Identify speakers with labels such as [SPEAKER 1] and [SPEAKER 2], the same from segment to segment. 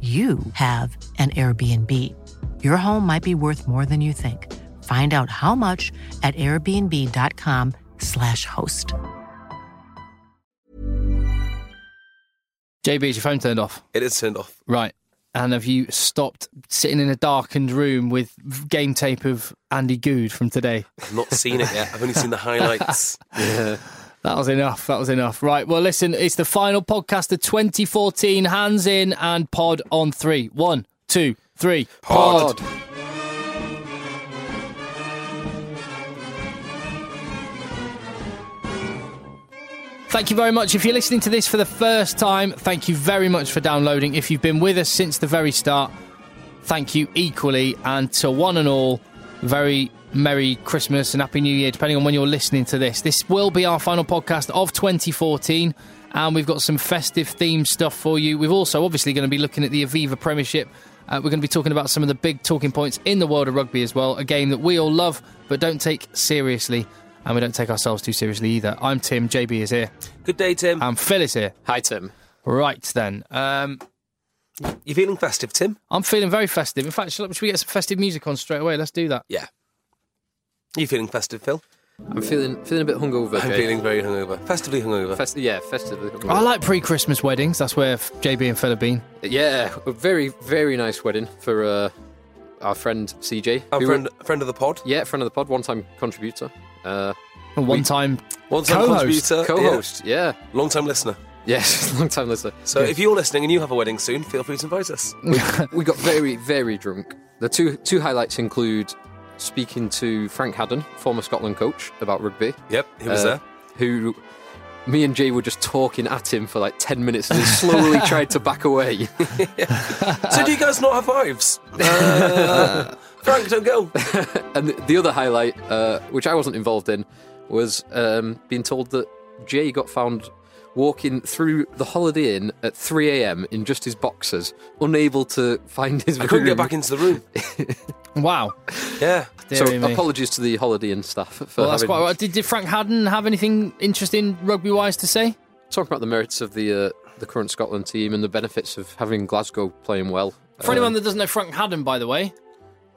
[SPEAKER 1] you have an Airbnb. Your home might be worth more than you think. Find out how much at airbnb.com/slash host.
[SPEAKER 2] JB, is your phone turned off?
[SPEAKER 3] It is turned off.
[SPEAKER 2] Right. And have you stopped sitting in a darkened room with game tape of Andy Good from today?
[SPEAKER 3] I've not seen it yet. I've only seen the highlights. yeah.
[SPEAKER 2] That was enough. That was enough. Right. Well, listen, it's the final podcast of 2014. Hands in and pod on three. One, two, three.
[SPEAKER 3] Pod.
[SPEAKER 2] Thank you very much. If you're listening to this for the first time, thank you very much for downloading. If you've been with us since the very start, thank you equally. And to one and all, very Merry Christmas and Happy New Year, depending on when you're listening to this. This will be our final podcast of 2014, and we've got some festive themed stuff for you. We've also obviously going to be looking at the Aviva Premiership. Uh, we're going to be talking about some of the big talking points in the world of rugby as well, a game that we all love but don't take seriously, and we don't take ourselves too seriously either. I'm Tim, JB is here,
[SPEAKER 3] Good day, Tim.
[SPEAKER 2] and Phil is here.
[SPEAKER 4] Hi, Tim.
[SPEAKER 2] Right then, um,
[SPEAKER 3] you feeling festive, Tim?
[SPEAKER 2] I'm feeling very festive. In fact, shall- should we get some festive music on straight away? Let's do that.
[SPEAKER 3] Yeah. You feeling festive, Phil?
[SPEAKER 4] I'm feeling feeling a bit hungover.
[SPEAKER 3] I'm
[SPEAKER 4] Jay.
[SPEAKER 3] feeling very hungover. Festively hungover.
[SPEAKER 4] Fest- yeah, festively. hungover.
[SPEAKER 2] I like pre-Christmas weddings. That's where F- JB and Phil have been.
[SPEAKER 4] Yeah, a very very nice wedding for uh, our friend CJ.
[SPEAKER 3] Our
[SPEAKER 4] who-
[SPEAKER 3] friend, friend of the pod.
[SPEAKER 4] yeah, friend of the pod, one-time contributor, uh,
[SPEAKER 2] A one-time
[SPEAKER 3] Once time
[SPEAKER 2] Co-host.
[SPEAKER 3] contributor.
[SPEAKER 4] co-host. Yeah,
[SPEAKER 3] Long time listener.
[SPEAKER 4] yes, long-time listener.
[SPEAKER 3] So if you're listening and you have a wedding soon, feel free to invite us.
[SPEAKER 4] We got very very drunk. The two two highlights include speaking to Frank Haddon, former Scotland coach, about rugby.
[SPEAKER 3] Yep, who was
[SPEAKER 4] uh,
[SPEAKER 3] there?
[SPEAKER 4] Who me and Jay were just talking at him for like 10 minutes and he slowly tried to back away.
[SPEAKER 3] So do you guys not have vibes? Uh, Frank, don't go.
[SPEAKER 4] And the- the other highlight, uh, which I wasn't involved in, was um, being told that Jay got found walking through the Holiday Inn at 3 a.m. in just his boxers, unable to find his
[SPEAKER 3] I couldn't get
[SPEAKER 4] room.
[SPEAKER 3] back into the room.
[SPEAKER 2] wow.
[SPEAKER 3] Yeah.
[SPEAKER 4] So
[SPEAKER 2] Dearie me.
[SPEAKER 4] apologies to the Holiday Inn staff for
[SPEAKER 2] Well, that's
[SPEAKER 4] having-
[SPEAKER 2] quite right. Did, did Frank Haddon have anything interesting rugby-wise to say?
[SPEAKER 4] talking about the merits of the uh, the current Scotland team and the benefits of having Glasgow playing well. Um,
[SPEAKER 2] For anyone that doesn't know Frank Haddon, by the way,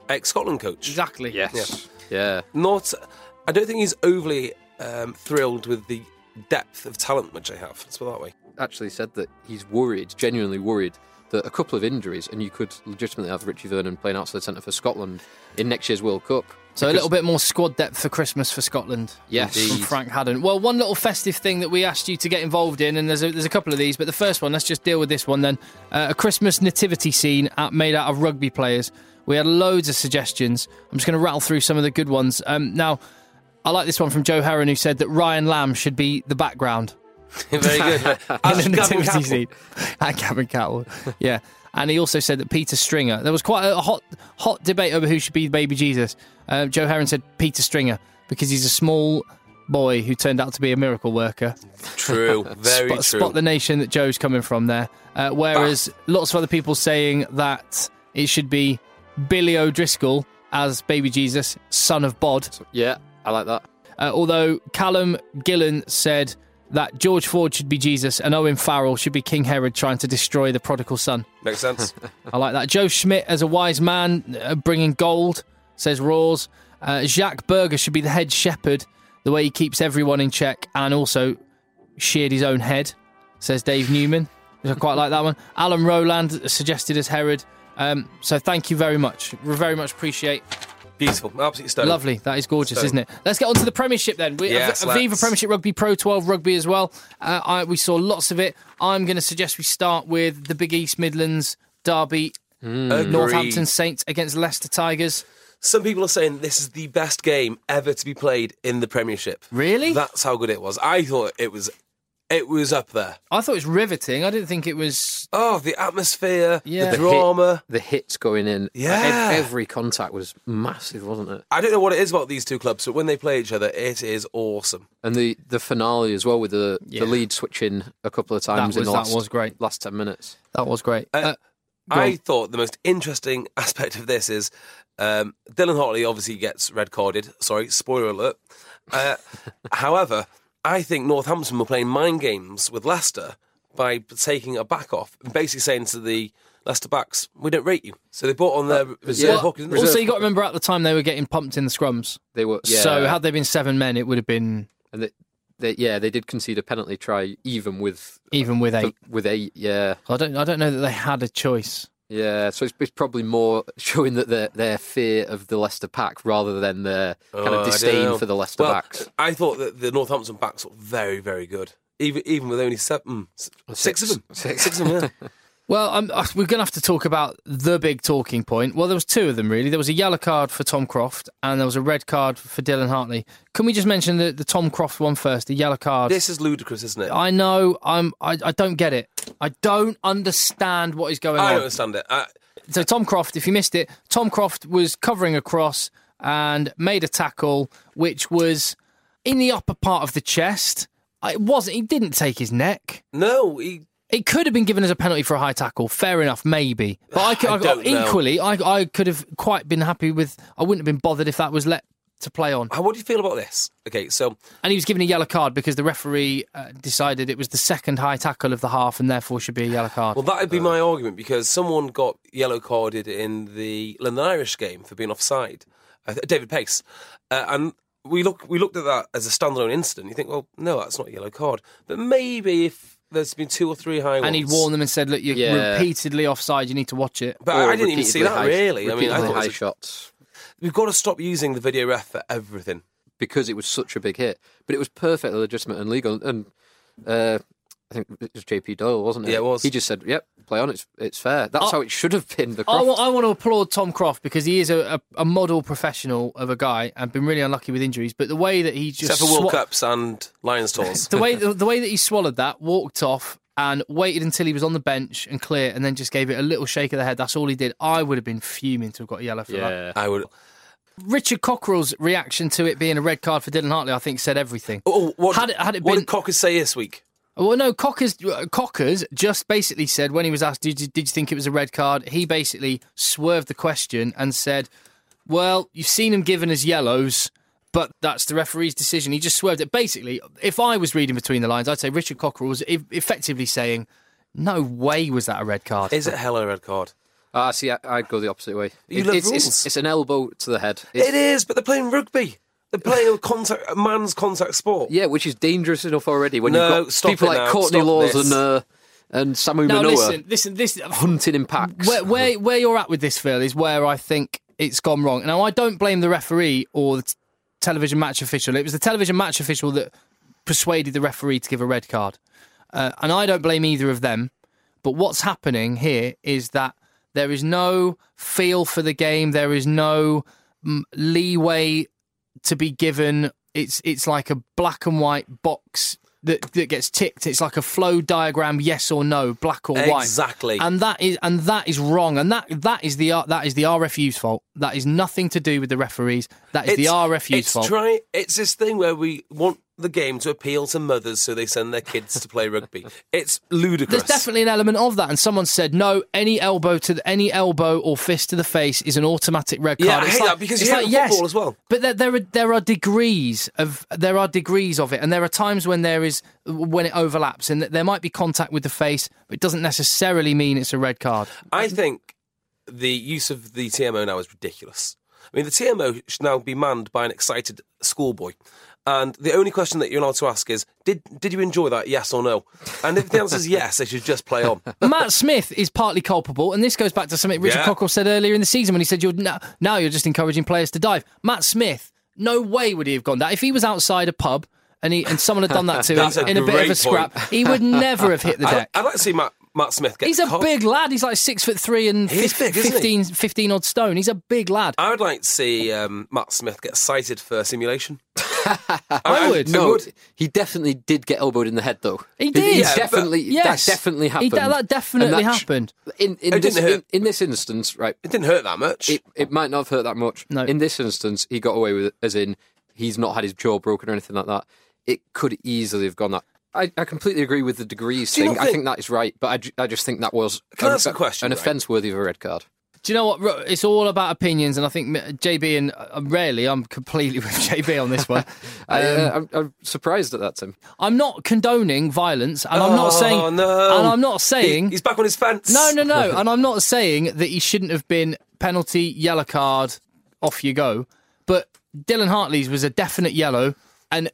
[SPEAKER 3] Ex Scotland coach.
[SPEAKER 2] exactly.
[SPEAKER 4] yes, yeah.
[SPEAKER 3] Not. I don't think he's overly um, thrilled with the depth of talent which they have. Let's put it that way.
[SPEAKER 4] actually said that he's worried, genuinely worried, that a couple of injuries and you could legitimately have Richie Vernon playing outside centre for Scotland in next year's World Cup.
[SPEAKER 2] So a
[SPEAKER 4] Because-
[SPEAKER 2] little bit more squad depth for Christmas for Scotland.
[SPEAKER 4] Yes.
[SPEAKER 2] from
[SPEAKER 4] Indeed.
[SPEAKER 2] Frank Haddon. Well, one little festive thing that we asked you to get involved in, and there's a, there's a couple of these, but the first one, let's just deal with this one then. Uh, a Christmas nativity scene at, made out of rugby players. We had loads of suggestions. I'm just going to rattle through some of the good ones. Um, now, I like this one from Joe Heron, who said that Ryan Lamb should be the background.
[SPEAKER 3] Very good.
[SPEAKER 2] in
[SPEAKER 3] Gavin
[SPEAKER 2] the nativity
[SPEAKER 3] Campbell.
[SPEAKER 2] scene. And Gavin Cattle. Yeah. And he also said that Peter Stringer. There was quite a hot hot debate over who should be baby Jesus. Uh, Joe Heron said Peter Stringer because he's a small boy who turned out to be a miracle worker.
[SPEAKER 3] True.
[SPEAKER 2] spot,
[SPEAKER 3] Very true. Ah.
[SPEAKER 2] spot the nation that Joe's coming from there. Uh, whereas lots of other people saying that it should be Billy O'Driscoll as baby Jesus, son of Bod.
[SPEAKER 4] Yeah, I like that.
[SPEAKER 2] Uh, although Callum Gillan said that George Ford should be Jesus and Owen Farrell should be King Herod trying to destroy the prodigal son.
[SPEAKER 3] Makes sense.
[SPEAKER 2] I like that. Joe Schmidt as a wise man uh, bringing gold, says Raws. Uh, Jacques Berger should be the head shepherd, the way he keeps everyone in check and also sheared his own head, says Dave Newman. I quite like that one. Alan Rowland suggested as Herod. Um, so thank you very much. We very much appreciate
[SPEAKER 3] Beautiful. Absolutely stunning.
[SPEAKER 2] Lovely. That is gorgeous,
[SPEAKER 3] So-
[SPEAKER 2] isn't it? Let's get on to the Premiership then. We,
[SPEAKER 3] Yes,
[SPEAKER 2] Aviva
[SPEAKER 3] let's.
[SPEAKER 2] Premiership Rugby, Pro 12 Rugby as well. Uh, I, we saw lots of it. I'm going to suggest we start with the Big East Midlands derby.
[SPEAKER 3] Mm. Agreed.
[SPEAKER 2] Mm. Northampton Saints against Leicester Tigers.
[SPEAKER 3] Some people are saying this is the best game ever to be played in the Premiership.
[SPEAKER 2] Really?
[SPEAKER 3] That's how good it was. I thought it was, it was up there.
[SPEAKER 2] I thought it was riveting. I didn't think it was.
[SPEAKER 3] Oh, the atmosphere,
[SPEAKER 2] Yeah.
[SPEAKER 3] the
[SPEAKER 2] The
[SPEAKER 3] drama.
[SPEAKER 4] The hits going in.
[SPEAKER 3] Yeah.
[SPEAKER 4] Ev- Every contact was massive, wasn't it?
[SPEAKER 3] I don't know what it is about these two clubs, but when they play each other, it is awesome.
[SPEAKER 4] And the, the finale as well with the,
[SPEAKER 2] Yeah.
[SPEAKER 4] the lead switching a couple of times in
[SPEAKER 2] was-
[SPEAKER 4] the
[SPEAKER 2] that
[SPEAKER 4] last,
[SPEAKER 2] was great.
[SPEAKER 4] last 10 minutes.
[SPEAKER 2] That was great.
[SPEAKER 3] Uh,
[SPEAKER 2] Uh, go
[SPEAKER 3] I
[SPEAKER 2] on.
[SPEAKER 3] thought the most interesting aspect of this is um, Dylan Hartley obviously gets red carded. Sorry, spoiler alert. Uh, however, I think Northampton were playing mind games with Leicester by taking a back off and basically saying to the Leicester backs, "We don't rate you." So they brought on their reserve
[SPEAKER 4] yeah.
[SPEAKER 3] hockey. didn't they?
[SPEAKER 2] Uh, also, you got to remember at the time they were getting pumped in the scrums.
[SPEAKER 4] They were. Yeah.
[SPEAKER 2] So had they been seven men, it would have been
[SPEAKER 4] and they, they, yeah, they did concede a penalty try even with
[SPEAKER 2] even with eight.
[SPEAKER 4] with eight. Yeah,
[SPEAKER 2] I don't. I don't know that they had a choice.
[SPEAKER 4] yeah. So it's, it's probably more showing that their their fear of the Leicester pack rather than their kind
[SPEAKER 3] Oh, I
[SPEAKER 4] of
[SPEAKER 3] don't
[SPEAKER 4] disdain
[SPEAKER 3] know.
[SPEAKER 4] for the Leicester
[SPEAKER 3] well,
[SPEAKER 4] backs.
[SPEAKER 3] I thought that the Northampton backs were very, very good. Even even with only seven, hmm, s- six,
[SPEAKER 4] six.
[SPEAKER 3] of them,
[SPEAKER 4] Six.
[SPEAKER 3] six of them. Yeah.
[SPEAKER 2] Well, um, uh, we're going to have to talk about the big talking point. Well, there was two of them really. There was a yellow card for Tom Croft, and there was a red card for Dylan Hartley. Can we just mention the, the Tom Croft one first? The yellow card.
[SPEAKER 3] this is ludicrous, isn't it?
[SPEAKER 2] I know. I'm. I, I don't get it. I don't understand what is going
[SPEAKER 3] I
[SPEAKER 2] on.
[SPEAKER 3] don't understand it. I,
[SPEAKER 2] So Tom Croft, if you missed it, Tom Croft was covering a cross and made a tackle, which was in the upper part of the chest. It wasn't. He didn't take his neck.
[SPEAKER 3] no, he
[SPEAKER 2] It could have been given as a penalty for a high tackle. Fair enough, maybe. But I, could,
[SPEAKER 3] I don't know.
[SPEAKER 2] equally, I, I could have quite been happy with. I wouldn't have been bothered if that was let to play on.
[SPEAKER 3] How, what do you feel about this? Okay, so
[SPEAKER 2] And he was given a yellow card because the referee uh, decided it was the second high tackle of the half and therefore should be a yellow card.
[SPEAKER 3] well, that'd be my argument because someone got yellow carded in the London Irish game for being offside, uh, David Pace, uh, and we look we looked at that as a standalone incident. You think, well, no, that's not a yellow card, but maybe if there's been two or three high ones,
[SPEAKER 2] and he'd warned them and said, "Look, you're
[SPEAKER 4] Yeah.
[SPEAKER 2] repeatedly offside. You need to watch it."
[SPEAKER 3] But
[SPEAKER 4] Or
[SPEAKER 3] I didn't even see
[SPEAKER 4] repeatedly
[SPEAKER 3] that
[SPEAKER 4] high-
[SPEAKER 3] really. I mean, I
[SPEAKER 4] repeatedly
[SPEAKER 3] thought it
[SPEAKER 4] high
[SPEAKER 3] was-
[SPEAKER 4] shots.
[SPEAKER 3] we've got to stop using the video ref for everything.
[SPEAKER 4] because it was such a big hit. But it was perfectly legitimate and legal. And uh, I think it was JP Doyle, wasn't it?
[SPEAKER 3] Yeah, it was. Oh.
[SPEAKER 4] He just said, "Yep, play on. It's it's fair." That's how it should have been. The
[SPEAKER 2] I
[SPEAKER 4] Croft.
[SPEAKER 2] wa- I want to applaud Tom Croft because he is a, a, a model professional of a guy and been really unlucky with injuries. But the way that he just
[SPEAKER 3] Except for World
[SPEAKER 2] swa-
[SPEAKER 3] Cups and Lions tours.
[SPEAKER 2] the way the, the way that he swallowed that, walked off, and waited until he was on the bench and clear, and then just gave it a little shake of the head. That's all he did. I would have been fuming to have got a yellow for that.
[SPEAKER 4] yeah.
[SPEAKER 3] I would.
[SPEAKER 2] Richard Cockrell's reaction to it being a red card for Dylan Hartley, I think, said everything.
[SPEAKER 3] Oh, what,
[SPEAKER 2] Had it- had it
[SPEAKER 3] what
[SPEAKER 2] been-
[SPEAKER 3] did Cocker say this week?
[SPEAKER 2] Well, no, Cockers, uh, Cockers just basically said when he was asked, did you, did you think it was a red card? He basically swerved the question and said, Well, you've seen him given as yellows, but that's the referee's decision. He just swerved it. Basically, if I was reading between the lines, I'd say Richard Cocker was e- effectively saying, No way was that a red card.
[SPEAKER 3] Is it hell or a red card?
[SPEAKER 4] Ah, see, I, I'd go the opposite way.
[SPEAKER 3] You
[SPEAKER 4] It-
[SPEAKER 3] love
[SPEAKER 4] it's,
[SPEAKER 3] rules.
[SPEAKER 4] it's, it's an elbow to the head. It's-
[SPEAKER 3] It is, but they're playing rugby. They're playing a contact, a man's contact sport.
[SPEAKER 4] Yeah, which is dangerous enough already when
[SPEAKER 3] No,
[SPEAKER 4] you've got
[SPEAKER 3] stop
[SPEAKER 4] people
[SPEAKER 3] it
[SPEAKER 4] like
[SPEAKER 3] now,
[SPEAKER 4] Courtney
[SPEAKER 3] stop
[SPEAKER 4] Laws
[SPEAKER 3] this.
[SPEAKER 4] and uh, and Samu
[SPEAKER 2] now,
[SPEAKER 4] Manoa
[SPEAKER 2] listen, listen, this.
[SPEAKER 4] hunting in packs.
[SPEAKER 2] where, where where you're at with this, Phil, is where I think it's gone wrong. Now, I don't blame the referee or the t- television match official. It was the television match official that persuaded the referee to give a red card, uh, and I don't blame either of them. But what's happening here is that there is no feel for the game. There is no mm, leeway to be given. It's it's like a black and white box. That, that gets ticked. It's like a flow diagram, yes or no, black or white
[SPEAKER 3] Exactly.
[SPEAKER 2] and that is and that is wrong and that that is the R- that is the RFU's fault that is nothing to do with the referees that is the RFU's
[SPEAKER 3] it's
[SPEAKER 2] fault
[SPEAKER 3] Try, it's this thing where we want the game to appeal to mothers so they send their kids to play rugby. It's ludicrous.
[SPEAKER 2] there's definitely an element of that and someone said no any elbow to the, any elbow or fist to the face is an automatic red card
[SPEAKER 3] Yeah, I
[SPEAKER 2] It's
[SPEAKER 3] hate
[SPEAKER 2] like-
[SPEAKER 3] that because you
[SPEAKER 2] it's
[SPEAKER 3] hear
[SPEAKER 2] like,
[SPEAKER 3] it in
[SPEAKER 2] yes,
[SPEAKER 3] football as well.
[SPEAKER 2] but there, there are there are degrees of there are degrees of it and there are times when there is when it overlaps and there might be contact with the face but it doesn't necessarily mean it's a red card
[SPEAKER 3] I think the use of the TMO now is ridiculous. I mean, the TMO should now be manned by an excited schoolboy. And the only question that you're allowed to ask is, did did you enjoy that? Yes or no? And if the answer is yes, they should just play on.
[SPEAKER 2] Matt Smith is partly culpable, and this goes back to something Richard
[SPEAKER 3] Yeah.
[SPEAKER 2] Cockle said earlier in the season when he said, "You're now, now you're just encouraging players to dive." Matt Smith, no way would he have gone that if he was outside a pub and he and someone had done that to him
[SPEAKER 3] That's a
[SPEAKER 2] in a bit of a
[SPEAKER 3] great
[SPEAKER 2] scrap. He would never have hit the
[SPEAKER 3] I'd,
[SPEAKER 2] deck.
[SPEAKER 3] I'd like to see Matt Matt Smith get
[SPEAKER 2] He's a
[SPEAKER 3] caught.
[SPEAKER 2] big lad. He's like six foot three and
[SPEAKER 3] He is
[SPEAKER 2] fif-
[SPEAKER 3] big, isn't he? Uh,
[SPEAKER 2] 15, 15 odd stone. He's a big lad.
[SPEAKER 3] I would like to see um, Matt Smith get cited for simulation.
[SPEAKER 2] I would.
[SPEAKER 3] I
[SPEAKER 4] No,
[SPEAKER 3] would.
[SPEAKER 4] he definitely did get elbowed in the head, though.
[SPEAKER 2] He did. Yeah,
[SPEAKER 4] He
[SPEAKER 2] but-
[SPEAKER 4] definitely,
[SPEAKER 2] yes.
[SPEAKER 4] that definitely
[SPEAKER 2] He
[SPEAKER 4] happened.
[SPEAKER 2] de- that
[SPEAKER 4] And
[SPEAKER 2] definitely
[SPEAKER 4] that sh-
[SPEAKER 2] happened.
[SPEAKER 4] In, in,
[SPEAKER 3] It
[SPEAKER 4] this,
[SPEAKER 3] Oh, didn't hurt.
[SPEAKER 4] in, in this instance, right?
[SPEAKER 3] It didn't hurt that much.
[SPEAKER 4] It, it might not have hurt that much.
[SPEAKER 2] No.
[SPEAKER 4] In this instance, he got away with it, as in he's not had his jaw broken or anything like that. It could easily have gone that. I, I completely agree with the degrees
[SPEAKER 3] Do you
[SPEAKER 4] thing.
[SPEAKER 3] not
[SPEAKER 4] I
[SPEAKER 3] think-
[SPEAKER 4] think that is right, but I ju- I, just think that was
[SPEAKER 3] Can I
[SPEAKER 4] an-
[SPEAKER 3] ask a question,
[SPEAKER 4] an
[SPEAKER 3] right?
[SPEAKER 4] offence worthy of a red card.
[SPEAKER 2] Do you know what? Ro- It's all about opinions, and I think m- JB and uh, rarely, I'm completely with JB on this one.
[SPEAKER 4] I, uh, I'm, I'm surprised at that, Tim.
[SPEAKER 2] I'm not condoning violence, and I'm not saying,
[SPEAKER 3] Oh, no.
[SPEAKER 2] and I'm not
[SPEAKER 3] He-
[SPEAKER 2] saying,
[SPEAKER 3] he's back on his fence.
[SPEAKER 2] no, no, no, and I'm not saying that he shouldn't have been penalty, yellow card, off you go. But Dylan Hartley's was a definite yellow, and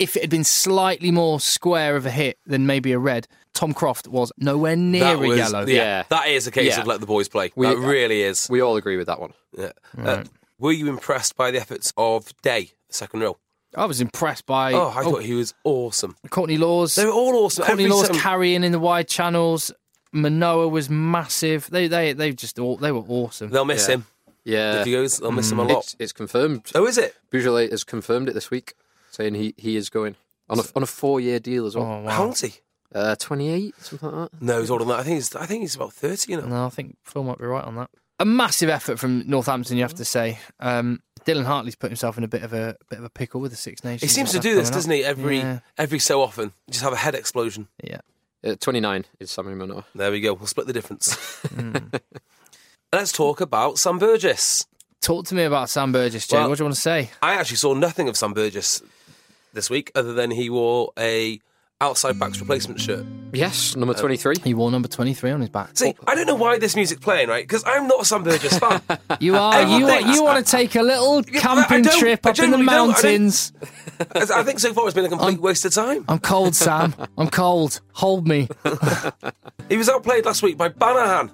[SPEAKER 2] if it had been slightly more square of a hit than maybe a red, Tom Croft was nowhere near
[SPEAKER 3] That
[SPEAKER 2] a
[SPEAKER 3] was-
[SPEAKER 2] yellow.
[SPEAKER 3] Yeah,
[SPEAKER 4] Yeah.
[SPEAKER 3] that is a case
[SPEAKER 4] Yeah.
[SPEAKER 3] of let the boys play.
[SPEAKER 4] We-
[SPEAKER 3] that really is.
[SPEAKER 4] We all agree with that one.
[SPEAKER 3] Yeah. Uh, were you impressed by the efforts of Day, the second row?
[SPEAKER 2] I was impressed by
[SPEAKER 3] Oh, I
[SPEAKER 2] oh,
[SPEAKER 3] thought he was awesome.
[SPEAKER 2] Courtney Laws.
[SPEAKER 3] They were all awesome.
[SPEAKER 2] Courtney
[SPEAKER 3] Every
[SPEAKER 2] Law's
[SPEAKER 3] single-
[SPEAKER 2] carrying in the wide channels. Manoa was massive. They they they just all they were awesome.
[SPEAKER 3] They'll miss
[SPEAKER 4] Yeah.
[SPEAKER 3] him.
[SPEAKER 4] Yeah,
[SPEAKER 3] If he goes, they'll miss him
[SPEAKER 2] Mm.
[SPEAKER 3] a lot.
[SPEAKER 4] it's, it's confirmed.
[SPEAKER 3] Oh, is it?
[SPEAKER 4] Bujolet has confirmed it this week, saying he, he is going on a, on a four year deal as well.
[SPEAKER 2] Oh
[SPEAKER 3] How
[SPEAKER 2] wow!
[SPEAKER 3] old's he?
[SPEAKER 4] Uh, 28, something like that.
[SPEAKER 3] No, he's older than that. I think he's. I think he's about thirty. You know.
[SPEAKER 2] No, I think Phil might be right on that. A massive effort from Northampton, you have to say. Um, Dylan Hartley's put himself in a bit of a bit of a pickle with the Six Nations.
[SPEAKER 3] He seems to
[SPEAKER 2] stuff
[SPEAKER 3] do
[SPEAKER 2] coming
[SPEAKER 3] this,
[SPEAKER 2] up.
[SPEAKER 3] doesn't he? Every
[SPEAKER 2] yeah,
[SPEAKER 3] every so often, just have a head explosion.
[SPEAKER 2] yeah.
[SPEAKER 4] Uh, 29 is Sammy Manoa.
[SPEAKER 3] There we go. We'll split the difference.
[SPEAKER 2] Hmm.
[SPEAKER 3] Let's talk about Sam Burgess.
[SPEAKER 2] Talk to me about Sam Burgess, Jay.
[SPEAKER 3] Well-
[SPEAKER 2] what do you want to say?
[SPEAKER 3] I actually saw nothing of Sam Burgess this week, other than he wore a outside backs replacement shirt.
[SPEAKER 4] Yes, number 23.
[SPEAKER 2] He wore number twenty three on his back.
[SPEAKER 3] See, I don't know why this music's playing, right? Because I'm not a Sam Burgess fan.
[SPEAKER 2] Oh, You are
[SPEAKER 3] Everyone
[SPEAKER 2] you are,
[SPEAKER 3] thinks-
[SPEAKER 2] you want to take a little
[SPEAKER 3] I
[SPEAKER 2] camping
[SPEAKER 3] don't.
[SPEAKER 2] trip
[SPEAKER 3] I
[SPEAKER 2] up in the
[SPEAKER 3] generally don't. I don't-
[SPEAKER 2] mountains?
[SPEAKER 3] As I think so far it's been a complete waste of time.
[SPEAKER 2] I'm cold, Sam. I'm cold. Hold me.
[SPEAKER 3] He was outplayed last week by Banahan.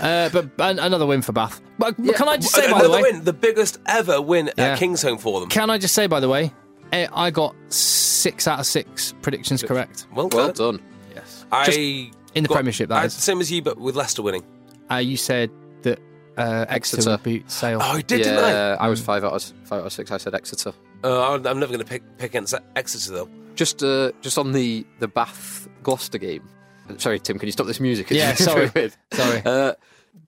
[SPEAKER 2] Uh, but an- another win for Bath. But, but can I just say, by
[SPEAKER 3] Another
[SPEAKER 2] the way,
[SPEAKER 3] win, the biggest ever win
[SPEAKER 2] Yeah.
[SPEAKER 3] at King's Home for them.
[SPEAKER 2] can I just say, by the way, eh, I got six out of six predictions correct.
[SPEAKER 3] Well,
[SPEAKER 4] Well
[SPEAKER 3] done.
[SPEAKER 4] done.
[SPEAKER 2] Just
[SPEAKER 3] I
[SPEAKER 2] in the
[SPEAKER 3] got-
[SPEAKER 2] Premiership, that
[SPEAKER 3] I-
[SPEAKER 2] is.
[SPEAKER 3] same as you, but with Leicester winning.
[SPEAKER 2] Uh, you said that uh, Exeter
[SPEAKER 4] Exeter.
[SPEAKER 2] would beat Sale.
[SPEAKER 3] Oh, I did,
[SPEAKER 4] yeah,
[SPEAKER 3] didn't I?
[SPEAKER 4] was five out, of, five out of six. I said Exeter.
[SPEAKER 3] Uh, I'm I'm never going to pick pick against Exeter though.
[SPEAKER 4] Just uh, just on the, the Bath Gloucester game. Sorry, Tim, can you stop this music? It's
[SPEAKER 2] Yeah,
[SPEAKER 4] really
[SPEAKER 2] sorry.
[SPEAKER 4] weird.
[SPEAKER 2] Sorry.
[SPEAKER 4] Uh,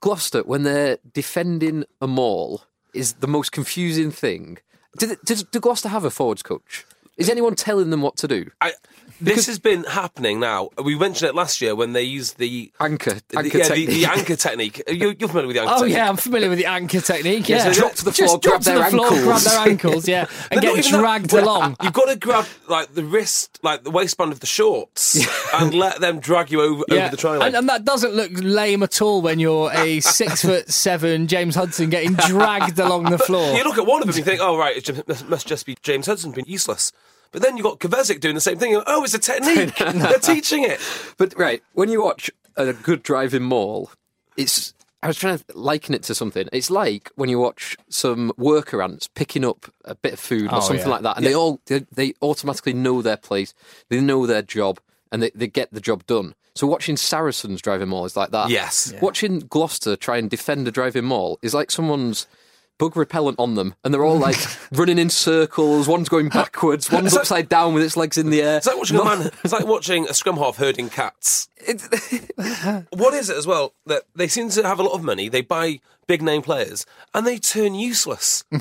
[SPEAKER 4] Gloucester, when they're defending a mall, is the most confusing thing. Did, did, did Gloucester have a forwards coach? Is anyone telling them what to do?
[SPEAKER 3] I, this has been happening now. We mentioned it last year when they used the
[SPEAKER 4] Anchor,
[SPEAKER 3] the,
[SPEAKER 4] anchor
[SPEAKER 3] yeah, the,
[SPEAKER 4] technique.
[SPEAKER 3] the anchor technique. You, you're familiar with the anchor
[SPEAKER 2] Oh
[SPEAKER 3] technique.
[SPEAKER 2] yeah, I'm familiar with the anchor technique. Yeah,
[SPEAKER 3] so they drop
[SPEAKER 4] to the
[SPEAKER 2] Just
[SPEAKER 4] floor,
[SPEAKER 2] drop
[SPEAKER 4] grab
[SPEAKER 2] to
[SPEAKER 4] their
[SPEAKER 2] the floor,
[SPEAKER 4] ankles.
[SPEAKER 2] grab their ankles, yeah, and
[SPEAKER 3] They're not
[SPEAKER 2] get
[SPEAKER 3] even that-
[SPEAKER 2] dragged
[SPEAKER 3] Well,
[SPEAKER 2] along.
[SPEAKER 3] You've got to grab like the wrist, like the waistband of the shorts, and let them drag you over,
[SPEAKER 2] Yeah.
[SPEAKER 3] over the try line.
[SPEAKER 2] and, and that doesn't look lame at all when you're a six foot seven James Hudson getting dragged along the floor.
[SPEAKER 3] you look at one of them, you think, "Oh right, it just- must- must just be James Hudson being useless." But then you've got Kovacic doing the same thing. You're like, oh, it's a technique. They're teaching it.
[SPEAKER 4] But right, when you watch a good driving mall, it's I was trying to liken it to something. It's like when you watch some worker ants picking up a bit of food
[SPEAKER 2] Oh,
[SPEAKER 4] or something
[SPEAKER 2] yeah.
[SPEAKER 4] like that, and they all they, they automatically know their place, they know their job, and they, they get the job done. So watching Saracens drive a mall is like that.
[SPEAKER 3] Yes. Yeah.
[SPEAKER 4] Watching Gloucester try and defend a driving mall is like someone's bug repellent on them, and they're all like running in circles. One's going backwards, one's
[SPEAKER 3] that-
[SPEAKER 4] upside down with its legs in the air.
[SPEAKER 3] It's like watching a man. It's like watching a scrum half herding cats. what is it as well that they seem to have a lot of money? They buy big name players and they turn useless. I,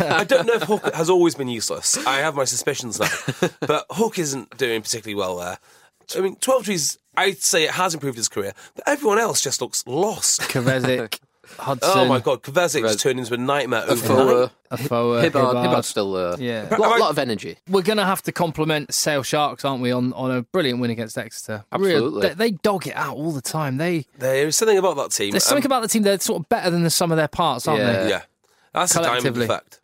[SPEAKER 3] mean, I don't know if Hook has always been useless. I have my suspicions now, but Hook isn't doing particularly well there. I mean, Twelve Trees. I'd say it has improved his career, but everyone else just looks lost.
[SPEAKER 2] Kovacic, Hudson.
[SPEAKER 3] Oh my God, Kovacic just turned into a nightmare overnight.
[SPEAKER 4] Fola,
[SPEAKER 2] Afoa, uh,
[SPEAKER 4] Hibbard,
[SPEAKER 2] Hibbard.
[SPEAKER 4] Hibbard's still there.
[SPEAKER 2] Yeah.
[SPEAKER 4] lot, lot of energy.
[SPEAKER 2] We're going to have to compliment Sale Sharks, aren't we, on, on a brilliant win against Exeter? Real-
[SPEAKER 4] Absolutely.
[SPEAKER 2] they, they dog it out all the time. They
[SPEAKER 3] There is something about that team.
[SPEAKER 2] There's
[SPEAKER 3] Um,
[SPEAKER 2] something about the team, they're sort of better than the sum of their parts, aren't
[SPEAKER 4] Yeah.
[SPEAKER 2] they?
[SPEAKER 3] Yeah, that's the diamond
[SPEAKER 2] Collectively.
[SPEAKER 3] effect.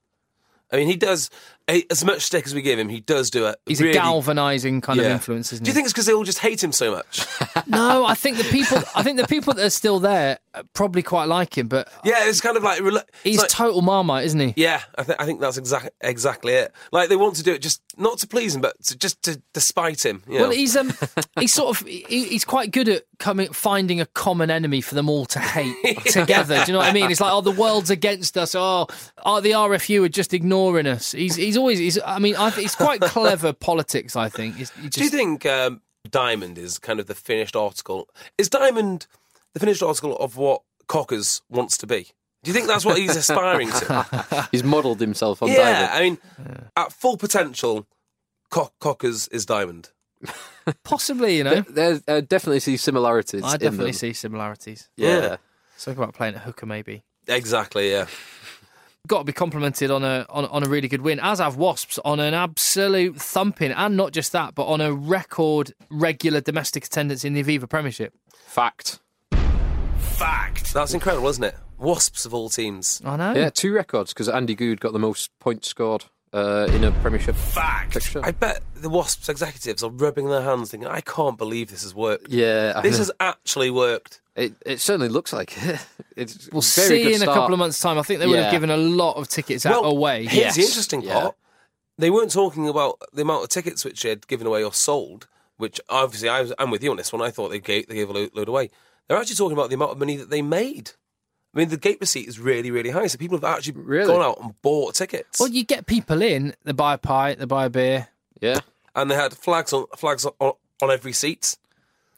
[SPEAKER 3] I mean, he does he- as much stick as we give him. He does do it.
[SPEAKER 2] He's
[SPEAKER 3] really,
[SPEAKER 2] a galvanising kind of
[SPEAKER 3] yeah.
[SPEAKER 2] influence, isn't
[SPEAKER 3] Do you
[SPEAKER 2] he?
[SPEAKER 3] think it's because they all just hate him so much?
[SPEAKER 2] no, I think the people, I think the people that are still there probably quite like him, but
[SPEAKER 3] Yeah, it's kind of like rela- it's
[SPEAKER 2] he's
[SPEAKER 3] like-
[SPEAKER 2] total marmite, isn't he?
[SPEAKER 3] yeah. I, th- I think that's exact exactly it. Like they want to do it just not to please him, but to, just to despite him. You
[SPEAKER 2] Well,
[SPEAKER 3] know?
[SPEAKER 2] he's um, he's sort of he, he's quite good at coming finding a common enemy for them all to hate together. Do you know what I mean? It's like oh, the world's against us. Oh, oh the RFU are just ignoring us. He's he's always he's. I mean, I, think it's quite clever politics. I think. It's, he
[SPEAKER 3] Do you
[SPEAKER 2] just,
[SPEAKER 3] think um, Diamond is kind of the finished article? Is Diamond the finished article of what Cockers wants to be? Do you think that's what he's aspiring to?
[SPEAKER 4] He's modelled himself on
[SPEAKER 3] yeah,
[SPEAKER 4] Diamond.
[SPEAKER 3] I mean, at full potential, Cock- Cockers is Diamond.
[SPEAKER 2] possibly you know?
[SPEAKER 4] There, there are definitely see similarities.
[SPEAKER 2] I
[SPEAKER 4] in
[SPEAKER 2] definitely
[SPEAKER 4] them.
[SPEAKER 2] see similarities.
[SPEAKER 4] Yeah.
[SPEAKER 2] Talk about playing at hooker, maybe.
[SPEAKER 3] Exactly. Yeah.
[SPEAKER 2] Got to be complimented on a on, on a really good win, as have Wasps on an absolute thumping, and not just that, but on a record regular domestic attendance in the Aviva Premiership.
[SPEAKER 4] Fact.
[SPEAKER 3] That's incredible, isn't it? Wasps of all teams.
[SPEAKER 2] I know.
[SPEAKER 4] Yeah, two records because Andy Good got the most points scored uh, in a Premiership Fact. fixture.
[SPEAKER 3] I bet the Wasps executives are rubbing their hands thinking, I can't believe this has worked.
[SPEAKER 4] yeah, I
[SPEAKER 3] This
[SPEAKER 4] know.
[SPEAKER 3] has actually worked.
[SPEAKER 4] It, it certainly looks like it. It's
[SPEAKER 2] We'll
[SPEAKER 4] very
[SPEAKER 2] see
[SPEAKER 4] good
[SPEAKER 2] in a
[SPEAKER 4] start.
[SPEAKER 2] couple of months' time. I think they would
[SPEAKER 4] Yeah.
[SPEAKER 2] have given a lot of tickets out
[SPEAKER 3] Well,
[SPEAKER 2] away.
[SPEAKER 3] Here's the
[SPEAKER 4] Yes.
[SPEAKER 3] interesting
[SPEAKER 4] Yeah.
[SPEAKER 3] part. They weren't talking about the amount of tickets which they'd given away or sold, which obviously I was, I'm with you on this one. I thought they gave, they gave a lo- load away. They're actually talking about the amount of money that they made. I mean, the gate receipt is really, really high. So people have actually
[SPEAKER 4] Really?
[SPEAKER 3] gone out and bought tickets.
[SPEAKER 2] Well, you get people in. They buy a pie. They buy a beer.
[SPEAKER 4] Yeah,
[SPEAKER 3] and they had flags on flags on, on every seat.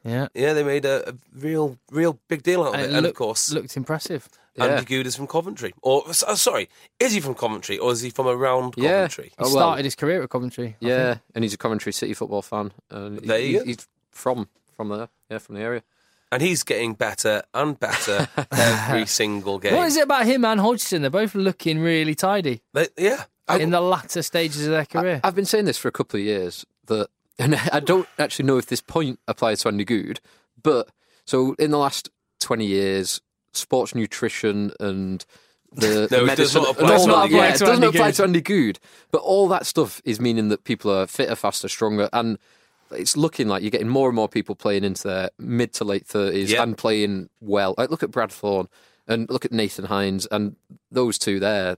[SPEAKER 2] Yeah.
[SPEAKER 3] Yeah, they made a, a real, real big deal out of it.
[SPEAKER 2] it
[SPEAKER 3] And of
[SPEAKER 2] looked-
[SPEAKER 3] course,
[SPEAKER 2] looked impressive.
[SPEAKER 4] yeah.
[SPEAKER 3] Andy Good is from Coventry. Or, s- uh, sorry, is he from Coventry or is he from around
[SPEAKER 4] Yeah.
[SPEAKER 3] Coventry?
[SPEAKER 4] Oh,
[SPEAKER 2] He
[SPEAKER 4] well.
[SPEAKER 2] started his career at Coventry. I
[SPEAKER 4] yeah, and he's a Coventry City football fan. And he-
[SPEAKER 3] There you
[SPEAKER 4] he-
[SPEAKER 3] go.
[SPEAKER 4] he's from from there. Yeah, from the area.
[SPEAKER 3] And he's getting better and better every single game.
[SPEAKER 2] think. What is it about him and Hodgson? They're both looking really tidy
[SPEAKER 3] They- yeah. I-
[SPEAKER 2] in the latter stages of their career.
[SPEAKER 4] I've been saying this for a couple of years that, and I don't actually know if this point applies to Andy Good, but so in the last 20 years, sports nutrition and the
[SPEAKER 3] No, it does
[SPEAKER 4] medicine
[SPEAKER 3] not apply
[SPEAKER 4] and
[SPEAKER 3] to
[SPEAKER 4] all that-
[SPEAKER 3] Andy
[SPEAKER 4] yeah,
[SPEAKER 2] Good.
[SPEAKER 4] it doesn't
[SPEAKER 2] Andy
[SPEAKER 4] apply
[SPEAKER 2] Good.
[SPEAKER 4] to Andy Good, but all that stuff is meaning that people are fitter, faster, stronger, and it's looking like you're getting more and more people playing into their mid to late 30s
[SPEAKER 3] Yeah.
[SPEAKER 4] and playing well. Like, look at Brad Thorne and look at Nathan Hines and those two there.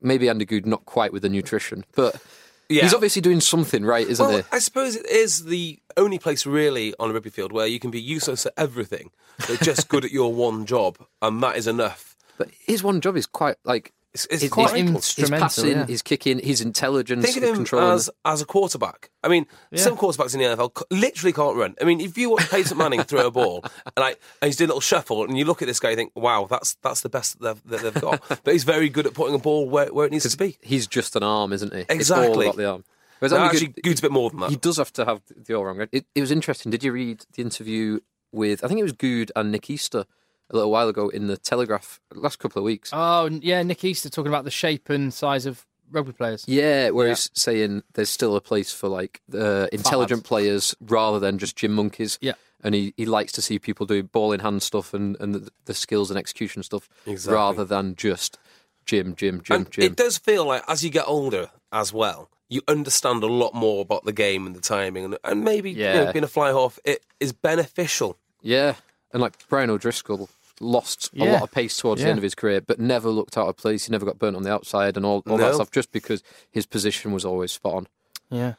[SPEAKER 4] Maybe Andy Good not quite with the nutrition, but
[SPEAKER 3] Yeah.
[SPEAKER 4] he's obviously doing something right, isn't
[SPEAKER 3] well,
[SPEAKER 4] he?
[SPEAKER 3] I suppose it is the only place really on a rugby field where you can be useless at everything, but just good at your one job, and that is enough.
[SPEAKER 4] But his one job is quite like
[SPEAKER 3] It's, it's
[SPEAKER 4] It's
[SPEAKER 3] quite
[SPEAKER 4] quite
[SPEAKER 3] vital.
[SPEAKER 2] inst-
[SPEAKER 4] his
[SPEAKER 2] Instrumental,
[SPEAKER 4] passing,
[SPEAKER 2] yeah.
[SPEAKER 4] his kicking, his intelligence,
[SPEAKER 3] Think of him
[SPEAKER 4] controlling.
[SPEAKER 3] as, as a quarterback. I mean, some quarterbacks in the NFL c- literally can't run. I mean, if you watch Peyton Manning throw a ball and like and he's doing a little shuffle, and you look at this guy, you think, "Wow, that's that's the best that they've, that they've got." but he's very good at putting a ball where, where it needs to be.
[SPEAKER 4] he's just an arm, isn't he? It's all
[SPEAKER 3] Exactly.
[SPEAKER 4] about the arm. Whereas
[SPEAKER 3] No,
[SPEAKER 4] Andy
[SPEAKER 3] actually,
[SPEAKER 4] Good-
[SPEAKER 3] Good's a bit more than that.
[SPEAKER 4] he does have to have the all round. It, it was interesting. Did you read the interview with I think it was Good and Nick Easter a little while ago in the Telegraph last couple of weeks?
[SPEAKER 2] Oh, yeah. Nick Easter talking about the shape and size of rugby players.
[SPEAKER 4] Yeah, where he's saying there's still a place for like uh, intelligent players rather than just gym monkeys.
[SPEAKER 2] Yeah.
[SPEAKER 4] And he, he likes to see people do ball in hand stuff and, and the, the skills and execution stuff
[SPEAKER 3] Exactly.
[SPEAKER 4] rather than just gym, gym, gym,
[SPEAKER 3] and
[SPEAKER 4] gym.
[SPEAKER 3] it does feel like as you get older as well, you understand a lot more about the game and the timing, and, and maybe you know,
[SPEAKER 4] Yeah.
[SPEAKER 3] being a fly half, it is beneficial.
[SPEAKER 4] yeah. And like Brian O'Driscoll lost a
[SPEAKER 2] Yeah.
[SPEAKER 4] lot of pace towards the
[SPEAKER 2] Yeah.
[SPEAKER 4] end of his career, but never looked out of place. He never got burnt on the outside and all, all
[SPEAKER 3] No.
[SPEAKER 4] that stuff just because his position was always spot on.
[SPEAKER 2] Yeah.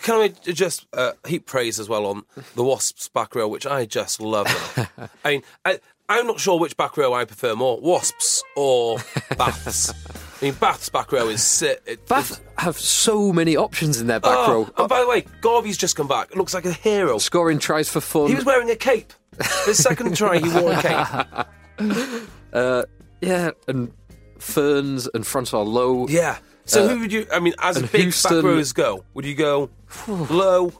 [SPEAKER 3] Can I just uh, heap praise as well on the Wasps back row, which I just love. now. I mean, I, I'm not sure which back row I prefer more, Wasps or Baths. I mean, Baths back row is sit. It,
[SPEAKER 4] Bath have so many options in their back
[SPEAKER 3] Oh,
[SPEAKER 4] row.
[SPEAKER 3] and by the way, Garvey's just come back. Looks like a hero.
[SPEAKER 4] Scoring tries for fun.
[SPEAKER 3] He was wearing a cape. His second try, he wore a cape.
[SPEAKER 4] Yeah, and Ferns and Francois Lowe.
[SPEAKER 3] Yeah. So
[SPEAKER 4] Uh,
[SPEAKER 3] who would you? I mean, as
[SPEAKER 4] and
[SPEAKER 3] big
[SPEAKER 4] Houston-
[SPEAKER 3] back rowers go, would you go Lowe,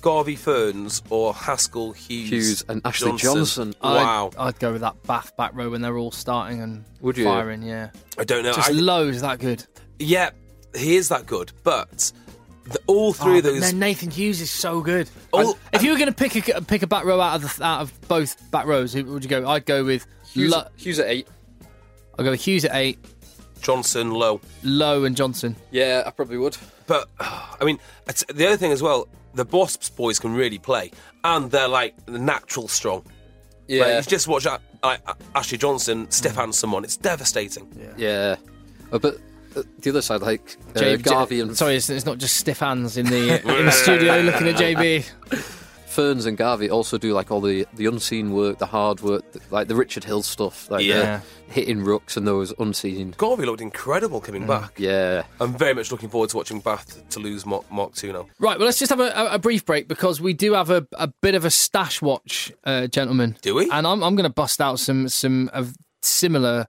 [SPEAKER 3] Garvey Ferns, or Haskell Hughes,
[SPEAKER 4] Hughes and Ashley Johnson.
[SPEAKER 3] Wow,
[SPEAKER 2] I'd, I'd go with that Bath back row when they're all starting and
[SPEAKER 4] Would you?
[SPEAKER 2] firing. Yeah,
[SPEAKER 3] I, don't know.
[SPEAKER 2] just
[SPEAKER 3] I,
[SPEAKER 2] loads that good.
[SPEAKER 3] yeah, he is that good, but the, all three
[SPEAKER 2] Oh,
[SPEAKER 3] of
[SPEAKER 2] but
[SPEAKER 3] those.
[SPEAKER 2] then Nathan Hughes is so good.
[SPEAKER 3] Oh,
[SPEAKER 2] And if you were going to pick a pick a back row out of the, out of both back rows, who would you go? I'd go with
[SPEAKER 4] Hughes,
[SPEAKER 2] Lo-
[SPEAKER 4] Hughes at eight.
[SPEAKER 2] I'll go with Hughes at eight,
[SPEAKER 3] Johnson, Lowe,
[SPEAKER 2] Lowe and Johnson.
[SPEAKER 4] Yeah, I probably would.
[SPEAKER 3] but I mean, it's- the other thing as well, the Wasps boys can really play, and they're like the natural strong.
[SPEAKER 4] Yeah.
[SPEAKER 3] Like, you just watch A- I- A- Ashley Johnson step
[SPEAKER 2] Mm.
[SPEAKER 3] on someone. It's devastating.
[SPEAKER 4] Yeah, Uh, but uh, the other side, like uh,
[SPEAKER 2] J- J-
[SPEAKER 4] Garvey and
[SPEAKER 2] sorry, it's, it's not just stiff hands in the in the studio looking at JB.
[SPEAKER 4] Ferns and Garvey also do like all the the unseen work, the hard work, th- like the Richard Hill stuff, like the
[SPEAKER 3] Yeah.
[SPEAKER 4] hitting rooks and those unseen.
[SPEAKER 3] Garvey looked incredible coming
[SPEAKER 2] Mm.
[SPEAKER 3] back.
[SPEAKER 4] Yeah,
[SPEAKER 3] I'm very much looking forward to watching Bath to lose Mark, Mark Two now.
[SPEAKER 2] Right, well, let's just have a, a- a brief break because we do have a, a bit of a stash watch, uh, gentlemen.
[SPEAKER 3] Do we?
[SPEAKER 2] And I'm, I'm going to bust out some some of similar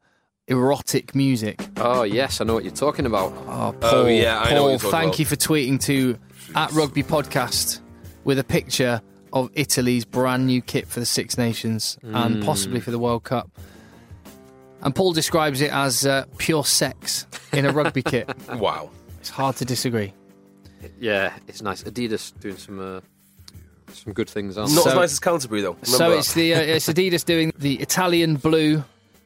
[SPEAKER 2] erotic music.
[SPEAKER 4] Oh yes, I know what you're talking about.
[SPEAKER 2] Oh, Paul,
[SPEAKER 3] Oh, yeah, I know what
[SPEAKER 2] Paul,
[SPEAKER 3] you're talking
[SPEAKER 2] thank
[SPEAKER 3] about.
[SPEAKER 2] you for tweeting to at Rugby Podcast with a picture of Italy's brand new kit for the Six Nations
[SPEAKER 3] Mm.
[SPEAKER 2] and possibly for the World Cup. And Paul describes it as uh, pure sex in a rugby kit.
[SPEAKER 3] Wow.
[SPEAKER 2] It's hard to disagree.
[SPEAKER 4] Yeah, it's nice. Adidas doing some uh, some good things, aren't
[SPEAKER 3] Not
[SPEAKER 2] So-
[SPEAKER 4] they?
[SPEAKER 3] as nice as Canterbury though. Remember
[SPEAKER 2] so
[SPEAKER 3] that.
[SPEAKER 2] it's the uh, it's Adidas doing the Italian blue,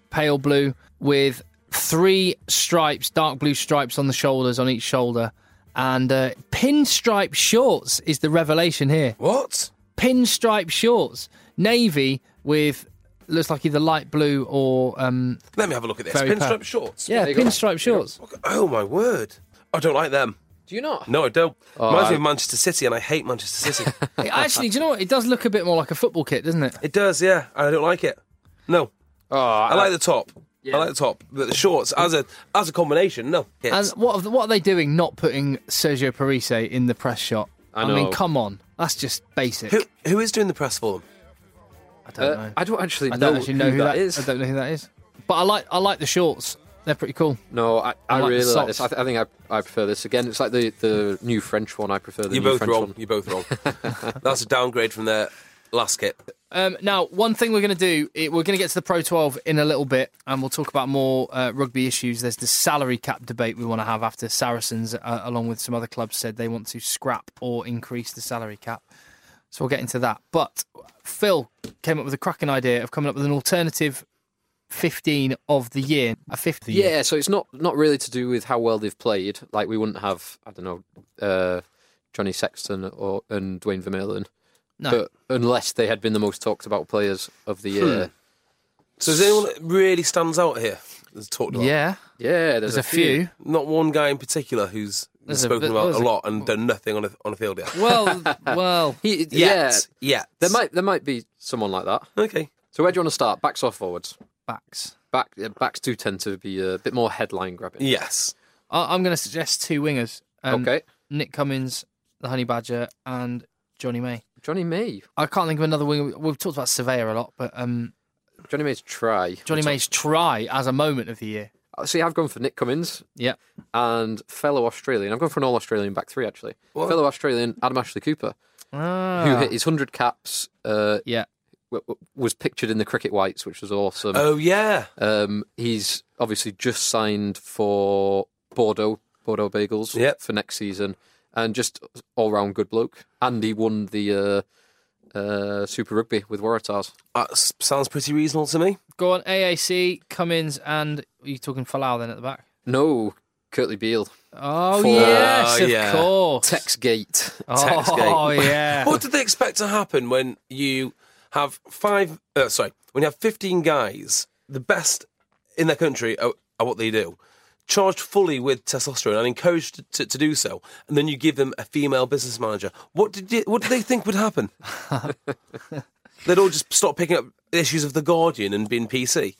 [SPEAKER 2] pale blue with three stripes, dark blue stripes on the shoulders on each shoulder, and uh, pinstripe shorts is the revelation here.
[SPEAKER 3] what?
[SPEAKER 2] Pinstripe shorts, navy with looks like either light blue or um,
[SPEAKER 3] Let me have a look at this.
[SPEAKER 2] Very
[SPEAKER 3] Pinstripe
[SPEAKER 2] pale.
[SPEAKER 3] shorts.
[SPEAKER 2] yeah,
[SPEAKER 4] you go.
[SPEAKER 2] pinstripe shorts.
[SPEAKER 3] Oh my word. I don't like them.
[SPEAKER 4] Do you not?
[SPEAKER 3] No, I don't. Reminds me
[SPEAKER 4] Oh, I-
[SPEAKER 3] of Manchester City, and I hate Manchester City.
[SPEAKER 2] It- Actually, do you know what? It does look a bit more like a football kit, doesn't it?
[SPEAKER 3] it does, yeah. and I don't like it. No,
[SPEAKER 4] Oh, I,
[SPEAKER 3] I like the top. I like the top, but the shorts as a as a combination. No,
[SPEAKER 2] And
[SPEAKER 3] It's-
[SPEAKER 2] what have- what are they doing? Not putting Sergio Parise in the press shot?
[SPEAKER 4] I
[SPEAKER 2] mean,
[SPEAKER 4] know.
[SPEAKER 2] come on, that's just basic.
[SPEAKER 3] who who is doing the press for them?
[SPEAKER 2] I don't know.
[SPEAKER 4] uh, I don't actually
[SPEAKER 2] I
[SPEAKER 4] know,
[SPEAKER 2] don't actually know who, that is. I
[SPEAKER 4] I
[SPEAKER 2] don't know who that is. But I like I like the shorts. They're pretty cool.
[SPEAKER 4] no, I, I,
[SPEAKER 2] like the
[SPEAKER 4] really like
[SPEAKER 2] socks.
[SPEAKER 4] this. I, th- I think I, I prefer this again. It's like the, the new French one. I prefer the
[SPEAKER 3] You're
[SPEAKER 4] new
[SPEAKER 3] both
[SPEAKER 4] French
[SPEAKER 3] wrong.
[SPEAKER 4] one.
[SPEAKER 3] You're both wrong. That's a downgrade from their last kit.
[SPEAKER 2] Um, now, one thing we're going to do, it, we're going to get to the Pro 12 in a little bit, and we'll talk about more uh, rugby issues. There's the salary cap debate we want to have after Saracens, uh, along with some other clubs, said they want to scrap or increase the salary cap. So we'll get into that. But Phil came up with a cracking idea of coming up with an alternative 15 of the year, a fifth of the year.
[SPEAKER 4] Yeah, so it's not not really to do with how well they've played. Like we wouldn't have, I don't know, uh, Johnny Sexton or and Dwayne Vermeulen,
[SPEAKER 2] No.
[SPEAKER 4] but unless they had been the most talked about players of the year.
[SPEAKER 2] Hmm.
[SPEAKER 3] So is anyone that really stands out here? That's talked about.
[SPEAKER 2] yeah,
[SPEAKER 4] Yeah,
[SPEAKER 2] there's a few.
[SPEAKER 3] Not one guy in particular who's
[SPEAKER 2] There's a-
[SPEAKER 3] spoken
[SPEAKER 2] there-
[SPEAKER 3] about
[SPEAKER 2] there's
[SPEAKER 3] a
[SPEAKER 2] a-
[SPEAKER 3] lot and done nothing on a on a field yet.
[SPEAKER 2] Well, well,
[SPEAKER 4] He, yeah,
[SPEAKER 3] Yet. Yet.
[SPEAKER 4] there might there might be someone like that.
[SPEAKER 3] Okay.
[SPEAKER 4] So where do you want to start? Backs or forwards?
[SPEAKER 2] backs.
[SPEAKER 4] Back yeah, backs do tend to be a bit more headline grabbing.
[SPEAKER 3] Yes.
[SPEAKER 2] I- I'm going to suggest two wingers. Um,
[SPEAKER 4] Okay,
[SPEAKER 2] Nick Cummins, the Honey Badger, and Johnny May.
[SPEAKER 4] Johnny May.
[SPEAKER 2] I can't think of another winger. We've talked about Surveyor a lot, but um,
[SPEAKER 4] Johnny May's try.
[SPEAKER 2] Johnny May's try as a moment of the year.
[SPEAKER 4] Uh, See, I've gone for Nick Cummins
[SPEAKER 2] Yeah.
[SPEAKER 4] and fellow Australian. I've gone for an all Australian back three actually. Fellow Australian Adam Ashley Cooper.
[SPEAKER 2] Ah.
[SPEAKER 3] Ah.
[SPEAKER 4] who hit his 100 caps, uh,
[SPEAKER 2] Yeah.
[SPEAKER 4] w- w- was pictured in the cricket whites, which was awesome.
[SPEAKER 3] Oh yeah.
[SPEAKER 4] Um, he's obviously just signed for Bordeaux, Bordeaux Bagels
[SPEAKER 3] Yep.
[SPEAKER 4] for next season, and just all round good bloke. And he won the uh, uh, Super Rugby with Waratahs.
[SPEAKER 3] That Uh, s- sounds pretty reasonable to me.
[SPEAKER 2] Go on, AAC, Cummins, and are you talking Falau then at the back?
[SPEAKER 4] No, Curtly Beale,
[SPEAKER 2] Oh,
[SPEAKER 4] For-
[SPEAKER 2] yes,
[SPEAKER 3] Oh,
[SPEAKER 2] of
[SPEAKER 3] yeah.
[SPEAKER 2] course.
[SPEAKER 4] Tex Gate.
[SPEAKER 2] oh,
[SPEAKER 3] Texgate.
[SPEAKER 2] yeah.
[SPEAKER 3] What did they expect to happen when you have five? Uh, sorry, when you have fifteen guys, the best in their country are, are what they do, charged fully with testosterone and encouraged to, to do so, and then you give them a female business manager. What did you, what did they think would happen? They'd all just stop picking up issues of the Guardian and being PC.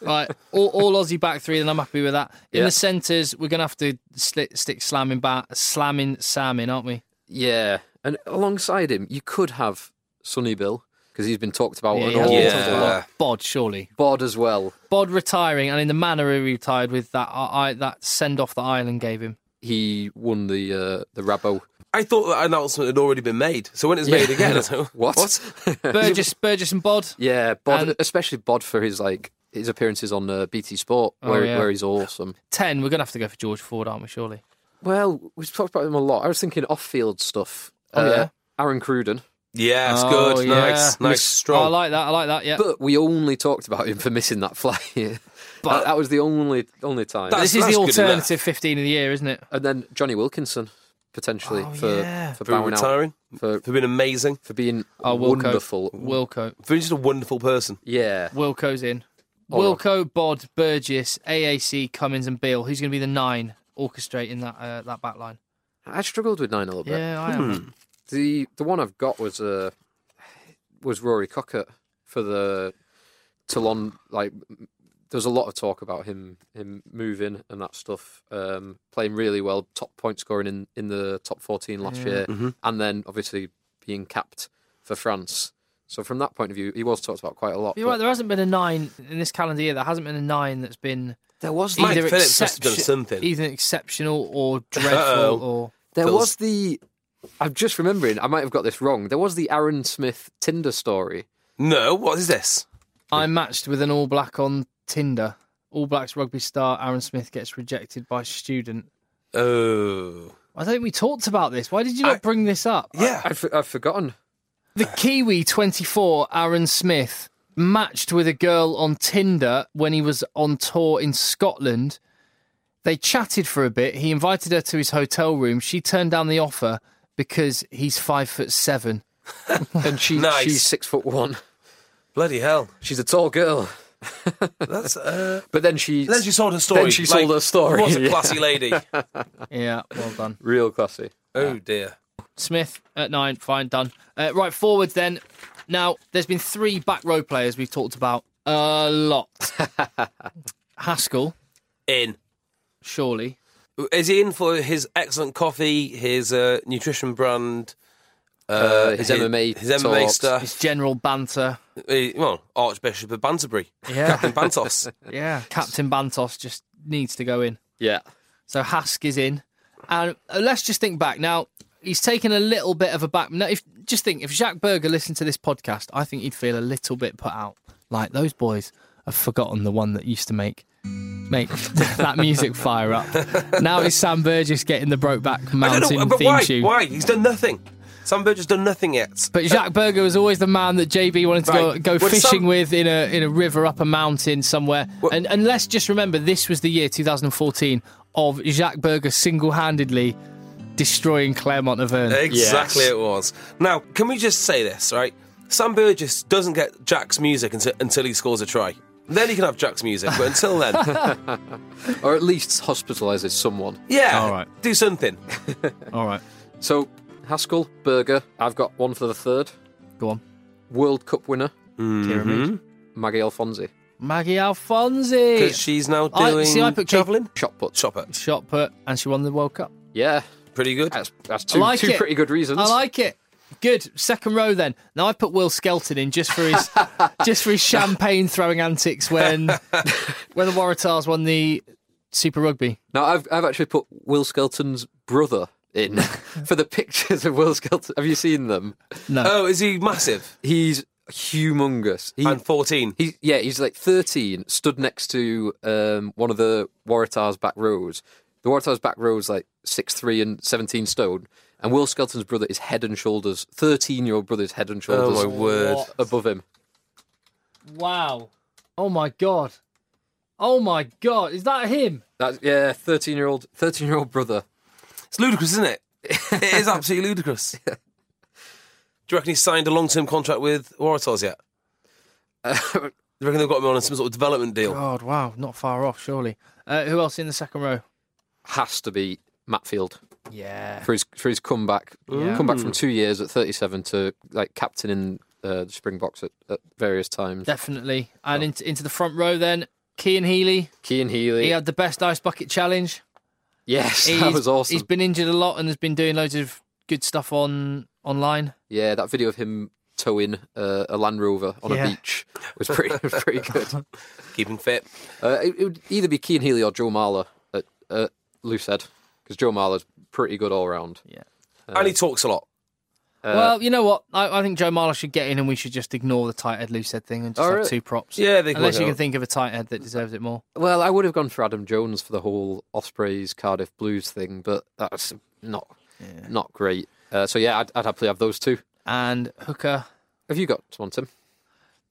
[SPEAKER 2] Right, all, all Aussie back three, then I'm happy with that. In
[SPEAKER 4] Yeah.
[SPEAKER 2] the centres, we're going to have to sli stick slamming, ba- slamming Sam in, aren't we?
[SPEAKER 4] Yeah, and alongside him, you could have Sonny Bill because he's been talked about an
[SPEAKER 2] he has
[SPEAKER 4] awful
[SPEAKER 2] been
[SPEAKER 3] Yeah.
[SPEAKER 2] talked
[SPEAKER 4] lot.
[SPEAKER 2] about. Bod, surely.
[SPEAKER 4] Bod as well.
[SPEAKER 2] Bod retiring, and in the manner he retired with that I, I, that send off that Ireland gave him.
[SPEAKER 4] He won the uh, the Rabo
[SPEAKER 3] I thought that announcement had already been made, so when it's made again, I thought,
[SPEAKER 4] What?
[SPEAKER 2] Burgess, Burgess, and Bod.
[SPEAKER 4] yeah, Bod,
[SPEAKER 2] And-
[SPEAKER 4] especially Bod for his like his appearances on uh, BT Sport, where,
[SPEAKER 2] Oh, yeah.
[SPEAKER 4] where he's awesome.
[SPEAKER 2] Ten. We're gonna have to go for George Ford, aren't we? Surely.
[SPEAKER 4] Well, we've talked about him a lot. I was thinking off-field stuff. Uh,
[SPEAKER 2] Oh, yeah.
[SPEAKER 4] Aaron Cruden,
[SPEAKER 3] yeah, it's
[SPEAKER 2] Oh,
[SPEAKER 3] good,
[SPEAKER 2] yeah.
[SPEAKER 3] nice, nice,
[SPEAKER 2] Miss- I
[SPEAKER 3] strong.
[SPEAKER 2] like that. I like that. Yeah.
[SPEAKER 4] but we only talked about him for missing that fly. but
[SPEAKER 2] But-
[SPEAKER 4] that, that was the only only time.
[SPEAKER 3] That's-
[SPEAKER 2] this is the
[SPEAKER 3] good enough.
[SPEAKER 2] alternative fifteen of the year, isn't it?
[SPEAKER 4] and then Johnny Wilkinson. potentially
[SPEAKER 2] Oh,
[SPEAKER 4] for
[SPEAKER 2] yeah.
[SPEAKER 4] for
[SPEAKER 3] for
[SPEAKER 4] bowing out,
[SPEAKER 3] retiring,
[SPEAKER 4] for
[SPEAKER 3] for being amazing,
[SPEAKER 4] for being
[SPEAKER 2] Oh, Wilco.
[SPEAKER 4] wonderful.
[SPEAKER 2] Wilco.
[SPEAKER 3] for being just a wonderful person.
[SPEAKER 4] Yeah,
[SPEAKER 2] Wilco's in.
[SPEAKER 4] All
[SPEAKER 2] Wilco, Bod, Burgess, AAC, Cummins, and Beale. Who's going to be the nine orchestrating that uh, that back line?
[SPEAKER 4] I struggled with nine a little bit.
[SPEAKER 2] Yeah, I
[SPEAKER 3] hmm.
[SPEAKER 2] am.
[SPEAKER 4] The the one I've got was uh, was Rory Cockett for the Toulon. Like, there's a lot of talk about him him moving and that stuff. Um, playing really well, top point scoring in, in the top 14 last year, and then obviously being capped for France. So from that point of view, he was talked about quite a lot.
[SPEAKER 2] You're
[SPEAKER 4] but
[SPEAKER 2] right. There hasn't been a nine in this calendar year. There hasn't been a nine that's been
[SPEAKER 4] there was
[SPEAKER 3] Mike
[SPEAKER 2] either,
[SPEAKER 3] Phillips must have done
[SPEAKER 2] exception-
[SPEAKER 3] something.
[SPEAKER 2] either exceptional or dreadful
[SPEAKER 3] Uh-oh.
[SPEAKER 2] or.
[SPEAKER 4] There
[SPEAKER 3] Phil's-
[SPEAKER 4] was the. I'm just remembering. I might have got this wrong. There was the Aaron Smith Tinder story.
[SPEAKER 3] No, what is this?
[SPEAKER 2] I matched with an All Black on Tinder. All Blacks rugby star Aaron Smith gets rejected by student.
[SPEAKER 3] Oh,
[SPEAKER 2] I don't think we talked about this. Why did you not
[SPEAKER 3] I-
[SPEAKER 2] bring this up?
[SPEAKER 3] yeah.
[SPEAKER 4] I've, I've forgotten.
[SPEAKER 2] The Kiwi 24, Aaron Smith, matched with a girl on Tinder when he was on tour in Scotland. They chatted for a bit. He invited her to his hotel room. She turned down the offer because he's five foot seven.
[SPEAKER 4] And she,
[SPEAKER 3] Nice.
[SPEAKER 4] she's six foot one.
[SPEAKER 3] Bloody hell!
[SPEAKER 4] She's a tall girl.
[SPEAKER 3] That's uh,
[SPEAKER 4] But then she.
[SPEAKER 3] then she sold her story.
[SPEAKER 4] Then she sold her story.
[SPEAKER 3] Was a
[SPEAKER 4] yeah.
[SPEAKER 3] classy lady.
[SPEAKER 2] Yeah, well done.
[SPEAKER 4] Real classy.
[SPEAKER 3] Oh dear.
[SPEAKER 2] Smith at nine, fine, done. Uh, right, forwards then. Now, there's been three back row players we've talked about a lot. Haskell,
[SPEAKER 3] In
[SPEAKER 2] surely.
[SPEAKER 3] is he in for his excellent coffee, his uh, nutrition brand, uh,
[SPEAKER 4] his MMA
[SPEAKER 3] his MMA
[SPEAKER 4] talks.
[SPEAKER 3] stuff?
[SPEAKER 2] It's general banter.
[SPEAKER 3] He- well, Archbishop of Banterbury,
[SPEAKER 2] Yeah,
[SPEAKER 3] Captain Bantos.
[SPEAKER 2] yeah. Captain Bantos just needs to go in.
[SPEAKER 4] Yeah.
[SPEAKER 2] So Hask is in, and uh, let's just think back now. He's taken a little bit of a back. Now, if just think, if Jacques Berger listened to this podcast, I think he'd feel a little bit put out. Like those boys have forgotten the one that used to make make that music fire up. Now it's Sam Burgess getting the Brokeback
[SPEAKER 3] I don't
[SPEAKER 2] Mountain
[SPEAKER 3] know, but
[SPEAKER 2] theme
[SPEAKER 3] why?
[SPEAKER 2] tune.
[SPEAKER 3] Why? He's done nothing. Sam Burgess done nothing yet.
[SPEAKER 2] But Jacques Berger was always the man that JB wanted to
[SPEAKER 3] Right.
[SPEAKER 2] go, go
[SPEAKER 3] Would
[SPEAKER 2] fishing
[SPEAKER 3] some-
[SPEAKER 2] with in a in a river up a mountain somewhere.
[SPEAKER 3] Well-
[SPEAKER 2] and, and let's just remember, this was the year 2014 of Jacques Berger single-handedly destroying Claremont Auvergne.
[SPEAKER 3] Exactly,
[SPEAKER 4] Yes.
[SPEAKER 3] it was. Now, can we just say this, right? Sam Burgess doesn't get Jack's music until, until he scores a try. Then he can have Jack's music, but until then,
[SPEAKER 4] Or at least hospitalises someone.
[SPEAKER 3] yeah,
[SPEAKER 2] All right.
[SPEAKER 3] do something.
[SPEAKER 2] All right,
[SPEAKER 4] So, Haskell, Berger. I've got one for the third.
[SPEAKER 2] go on.
[SPEAKER 4] World Cup winner,
[SPEAKER 2] Kieran Reid.
[SPEAKER 3] Mm-hmm.
[SPEAKER 4] Maggie Alfonsi.
[SPEAKER 2] Maggie
[SPEAKER 3] Because
[SPEAKER 2] Alfonsi,
[SPEAKER 3] she's now
[SPEAKER 2] I-
[SPEAKER 3] doing
[SPEAKER 2] see, I put Kate-
[SPEAKER 3] javelin.
[SPEAKER 4] Shot put.
[SPEAKER 3] Chopper.
[SPEAKER 2] shot put, and she won the World Cup.
[SPEAKER 4] Yeah.
[SPEAKER 3] Pretty good.
[SPEAKER 4] That's, that's two,
[SPEAKER 2] like
[SPEAKER 4] two
[SPEAKER 2] it.
[SPEAKER 4] pretty good reasons.
[SPEAKER 2] I like it. Good second row then. Now I put Will Skelton in just for his just for his champagne throwing antics when when the Waratahs won the Super Rugby.
[SPEAKER 4] Now, I've I've actually put Will Skelton's brother in for the pictures of Will Skelton. Have you seen them?
[SPEAKER 3] Oh, is he massive?
[SPEAKER 4] He's humongous. He,
[SPEAKER 3] And 14.
[SPEAKER 4] he yeah, he's like 13, stood next to um, one of the Waratahs back rows. The Waratahs back row is like six three and 17 stone. And Will Skelton's brother is head and shoulders, 13 year old brother is head and
[SPEAKER 3] Oh,
[SPEAKER 4] shoulders
[SPEAKER 3] my word.
[SPEAKER 2] What?
[SPEAKER 4] above him.
[SPEAKER 2] Wow. Oh my god. Oh my god. Is that him?
[SPEAKER 4] That's, yeah, 13 year old 13 year old brother.
[SPEAKER 3] It's ludicrous, isn't it? it is absolutely ludicrous. Do you reckon he's signed a long term contract with Waratahs yet? Do you reckon they've got him on some sort of development deal?
[SPEAKER 2] God, wow. Not far off, surely. Uh, who else in the second row?
[SPEAKER 4] Has to be Matfield.
[SPEAKER 2] Yeah.
[SPEAKER 4] for his for his comeback,
[SPEAKER 2] Yeah. Hmm.
[SPEAKER 4] comeback from two years at 37 to like captain in uh, the Springboks at, at various times.
[SPEAKER 2] Definitely. And
[SPEAKER 4] Oh.
[SPEAKER 2] into, into the front row then. Kean Healy.
[SPEAKER 4] Kean
[SPEAKER 2] He
[SPEAKER 4] Healy,
[SPEAKER 2] had the best ice bucket challenge.
[SPEAKER 4] yes, that
[SPEAKER 2] He's-
[SPEAKER 4] was awesome.
[SPEAKER 2] He's been injured a lot and has been doing loads of good stuff on online.
[SPEAKER 4] Yeah, that video of him towing uh, a Land Rover on
[SPEAKER 2] Yeah.
[SPEAKER 4] a beach was pretty was pretty good.
[SPEAKER 3] Keep him fit.
[SPEAKER 4] Uh, it, it would either be Kean Healy or Joe Marler at uh, Lucid because Joe Marler's pretty good all round.
[SPEAKER 2] Uh,
[SPEAKER 3] and he talks a lot.
[SPEAKER 4] Uh,
[SPEAKER 2] well, you know what? I, I think Joe Marler should get in and we should just ignore the tight head loose head thing and just
[SPEAKER 4] Oh,
[SPEAKER 2] have
[SPEAKER 4] really?
[SPEAKER 2] two props.
[SPEAKER 3] Yeah, they can
[SPEAKER 2] Unless
[SPEAKER 3] work
[SPEAKER 2] you
[SPEAKER 3] it
[SPEAKER 2] can
[SPEAKER 3] out.
[SPEAKER 2] think of a tight head that deserves it more.
[SPEAKER 4] Well, I would have gone for Adam Jones for the whole Ospreys Cardiff Blues thing, but that's not not great. Uh, so yeah, I'd, I'd happily have those two.
[SPEAKER 2] And Hooker.
[SPEAKER 4] Have you got one, Tim?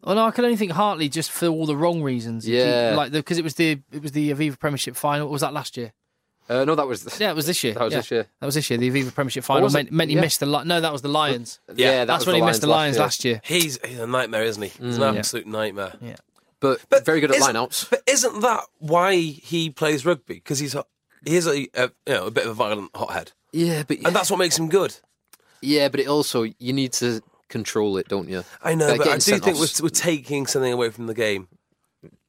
[SPEAKER 2] Well, no, I can only think Hartley just for all the wrong reasons. He-
[SPEAKER 4] Yeah.
[SPEAKER 2] like because it was the it was the Aviva Premiership final. Or was that last year?
[SPEAKER 4] Uh, no, that was
[SPEAKER 2] Yeah, it was this year.
[SPEAKER 4] That was
[SPEAKER 2] yeah.
[SPEAKER 4] this year.
[SPEAKER 2] That was this year. The Aviva Premiership final
[SPEAKER 4] was it?
[SPEAKER 2] meant, meant he
[SPEAKER 4] Yeah.
[SPEAKER 2] missed the. Li- no, that was the Lions.
[SPEAKER 4] Yeah, that
[SPEAKER 2] That's
[SPEAKER 4] was
[SPEAKER 2] when he
[SPEAKER 4] the
[SPEAKER 2] missed the
[SPEAKER 4] Lions
[SPEAKER 2] Lions last
[SPEAKER 4] last
[SPEAKER 2] year.
[SPEAKER 3] He's, he's a nightmare, isn't he? He's an absolute nightmare.
[SPEAKER 4] but, Mm, very good at
[SPEAKER 3] isn't-
[SPEAKER 4] lineouts.
[SPEAKER 3] But isn't that why he plays rugby? Because he's a, he's a, a you know a bit of a violent hothead,
[SPEAKER 4] Yeah, but
[SPEAKER 3] and that's what makes him good.
[SPEAKER 4] yeah, but it also you need to control it, don't you?
[SPEAKER 3] I know,
[SPEAKER 4] Uh,
[SPEAKER 3] but I
[SPEAKER 4] getting
[SPEAKER 3] do think we're,
[SPEAKER 4] sent-offs.
[SPEAKER 3] we're taking something away from the game.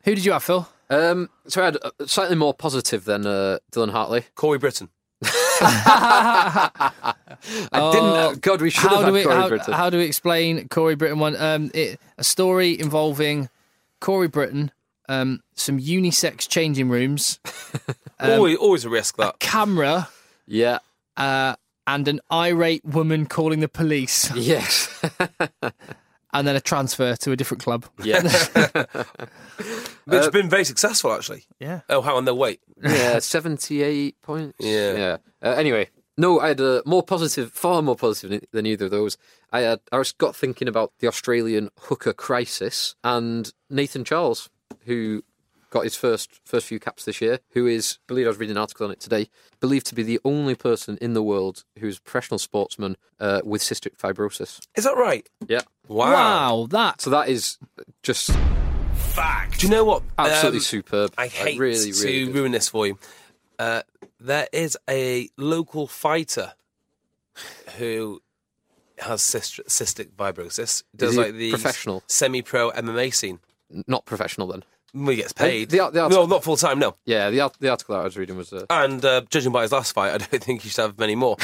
[SPEAKER 2] Who did you have, Phil?
[SPEAKER 4] Um, so I had uh, slightly more positive than uh, Dylan Hartley.
[SPEAKER 3] Corey Britton.
[SPEAKER 4] I didn't. uh, God, we should
[SPEAKER 2] how
[SPEAKER 4] have
[SPEAKER 2] do
[SPEAKER 4] had
[SPEAKER 2] we,
[SPEAKER 4] Corey
[SPEAKER 2] how,
[SPEAKER 4] Britton.
[SPEAKER 2] how do we explain Corey Britton one? Um, it, a story involving Corey Britton, um, some unisex changing rooms,
[SPEAKER 4] Um,
[SPEAKER 3] always, always a risk
[SPEAKER 4] uh,
[SPEAKER 3] that.
[SPEAKER 2] camera,
[SPEAKER 4] yeah.
[SPEAKER 2] uh, and an irate woman calling the police,
[SPEAKER 4] Yes.
[SPEAKER 2] and then a transfer to a different club.
[SPEAKER 4] yeah.
[SPEAKER 3] But it's been very successful, actually.
[SPEAKER 2] Yeah.
[SPEAKER 3] Oh, how on their weight.
[SPEAKER 4] Yeah. Seventy-eight points.
[SPEAKER 3] Yeah.
[SPEAKER 4] Yeah. Uh, anyway, no, I had a more positive, far more positive than- than either of those. I had. I was got thinking about the Australian hooker crisis and Nathan Charles, who got his first first few caps this year. Who is believed I was reading an article on it today. Believed to be the only person in the world who is a professional sportsman uh, with cystic fibrosis.
[SPEAKER 3] Is that right?
[SPEAKER 4] Yeah.
[SPEAKER 3] Wow.
[SPEAKER 2] Wow, that
[SPEAKER 4] So that is just
[SPEAKER 3] Do you know what?
[SPEAKER 4] absolutely
[SPEAKER 3] Um,
[SPEAKER 4] superb.
[SPEAKER 3] I
[SPEAKER 4] Like,
[SPEAKER 3] hate
[SPEAKER 4] really,
[SPEAKER 3] to
[SPEAKER 4] really good.
[SPEAKER 3] ruin this for you. Uh, there is a local fighter who has cyst- cystic fibrosis. Does
[SPEAKER 4] he
[SPEAKER 3] like the
[SPEAKER 4] professional?
[SPEAKER 3] semi-pro MMA scene.
[SPEAKER 4] not professional then.
[SPEAKER 3] Well, he gets paid.
[SPEAKER 4] the- the-
[SPEAKER 3] no, not full time. No.
[SPEAKER 4] Yeah, the art- the article that I was reading was uh,
[SPEAKER 3] And uh, judging by his last fight, I don't think he should have many more.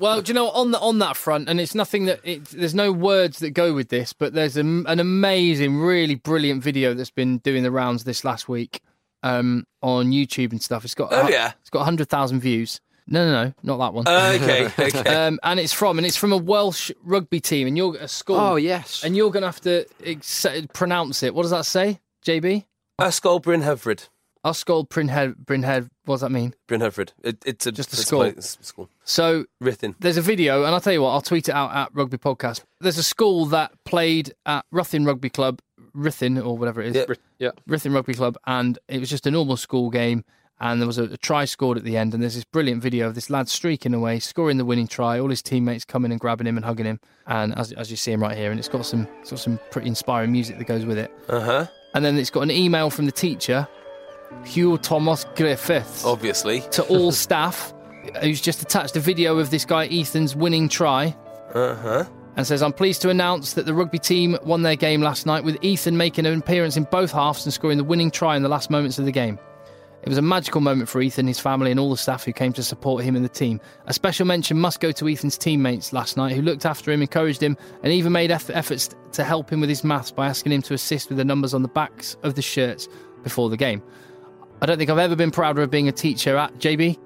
[SPEAKER 2] Well, do you know what, on the, on that front, and it's nothing that it, there's no words that go with this, but there's an, an amazing, really brilliant video that's been doing the rounds this last week um, on YouTube and stuff. It's got
[SPEAKER 3] Oh, yeah.
[SPEAKER 2] it's got hundred thousand views. No, no, no, not that one.
[SPEAKER 3] okay. Okay.
[SPEAKER 2] um, and it's from and it's from a Welsh rugby team, and you're at a school.
[SPEAKER 4] Oh yes,
[SPEAKER 2] and you're gonna have to ex- pronounce it. What does that say, JB?
[SPEAKER 3] Ascol Bryn Hefrid.
[SPEAKER 2] Osgold Brynhead. Brynhead. What does that mean?
[SPEAKER 3] Bryn Hefrid. It, it's a
[SPEAKER 2] Just a
[SPEAKER 3] it's
[SPEAKER 2] skull.
[SPEAKER 3] like- it's a skull.
[SPEAKER 2] So
[SPEAKER 3] Rithin.
[SPEAKER 2] there's a video, and I'll tell you what, I'll tweet it out at Rugby Podcast. There's a school that played at Ruthin Rugby Club, Rithin or whatever it is,
[SPEAKER 3] Yeah.
[SPEAKER 4] yeah,
[SPEAKER 2] Rithin Rugby Club, and it was just a normal school game. And there was a, a try scored at the end, and there's this brilliant video of this lad streaking away, scoring the winning try. All his teammates coming and grabbing him and hugging him, and as, as you see him right here, and it's got some it's got some pretty inspiring music that goes with it.
[SPEAKER 3] Uh huh.
[SPEAKER 2] And then it's got an email from the teacher, Hugh Thomas Griffiths
[SPEAKER 3] Obviously.
[SPEAKER 2] to all staff who's just attached a video of this guy Ethan's winning try
[SPEAKER 3] Uh huh.
[SPEAKER 2] and says, I'm pleased to announce that the rugby team won their game last night with Ethan making an appearance in both halves and scoring the winning try in the last moments of the game. It was a magical moment for Ethan, his family, and all the staff who came to support him and the team. A special mention must go to Ethan's teammates last night, who looked after him, encouraged him, and even made eff- efforts to help him with his maths by asking him to assist with the numbers on the backs of the shirts before the game. I don't think I've ever been prouder of being a teacher at JB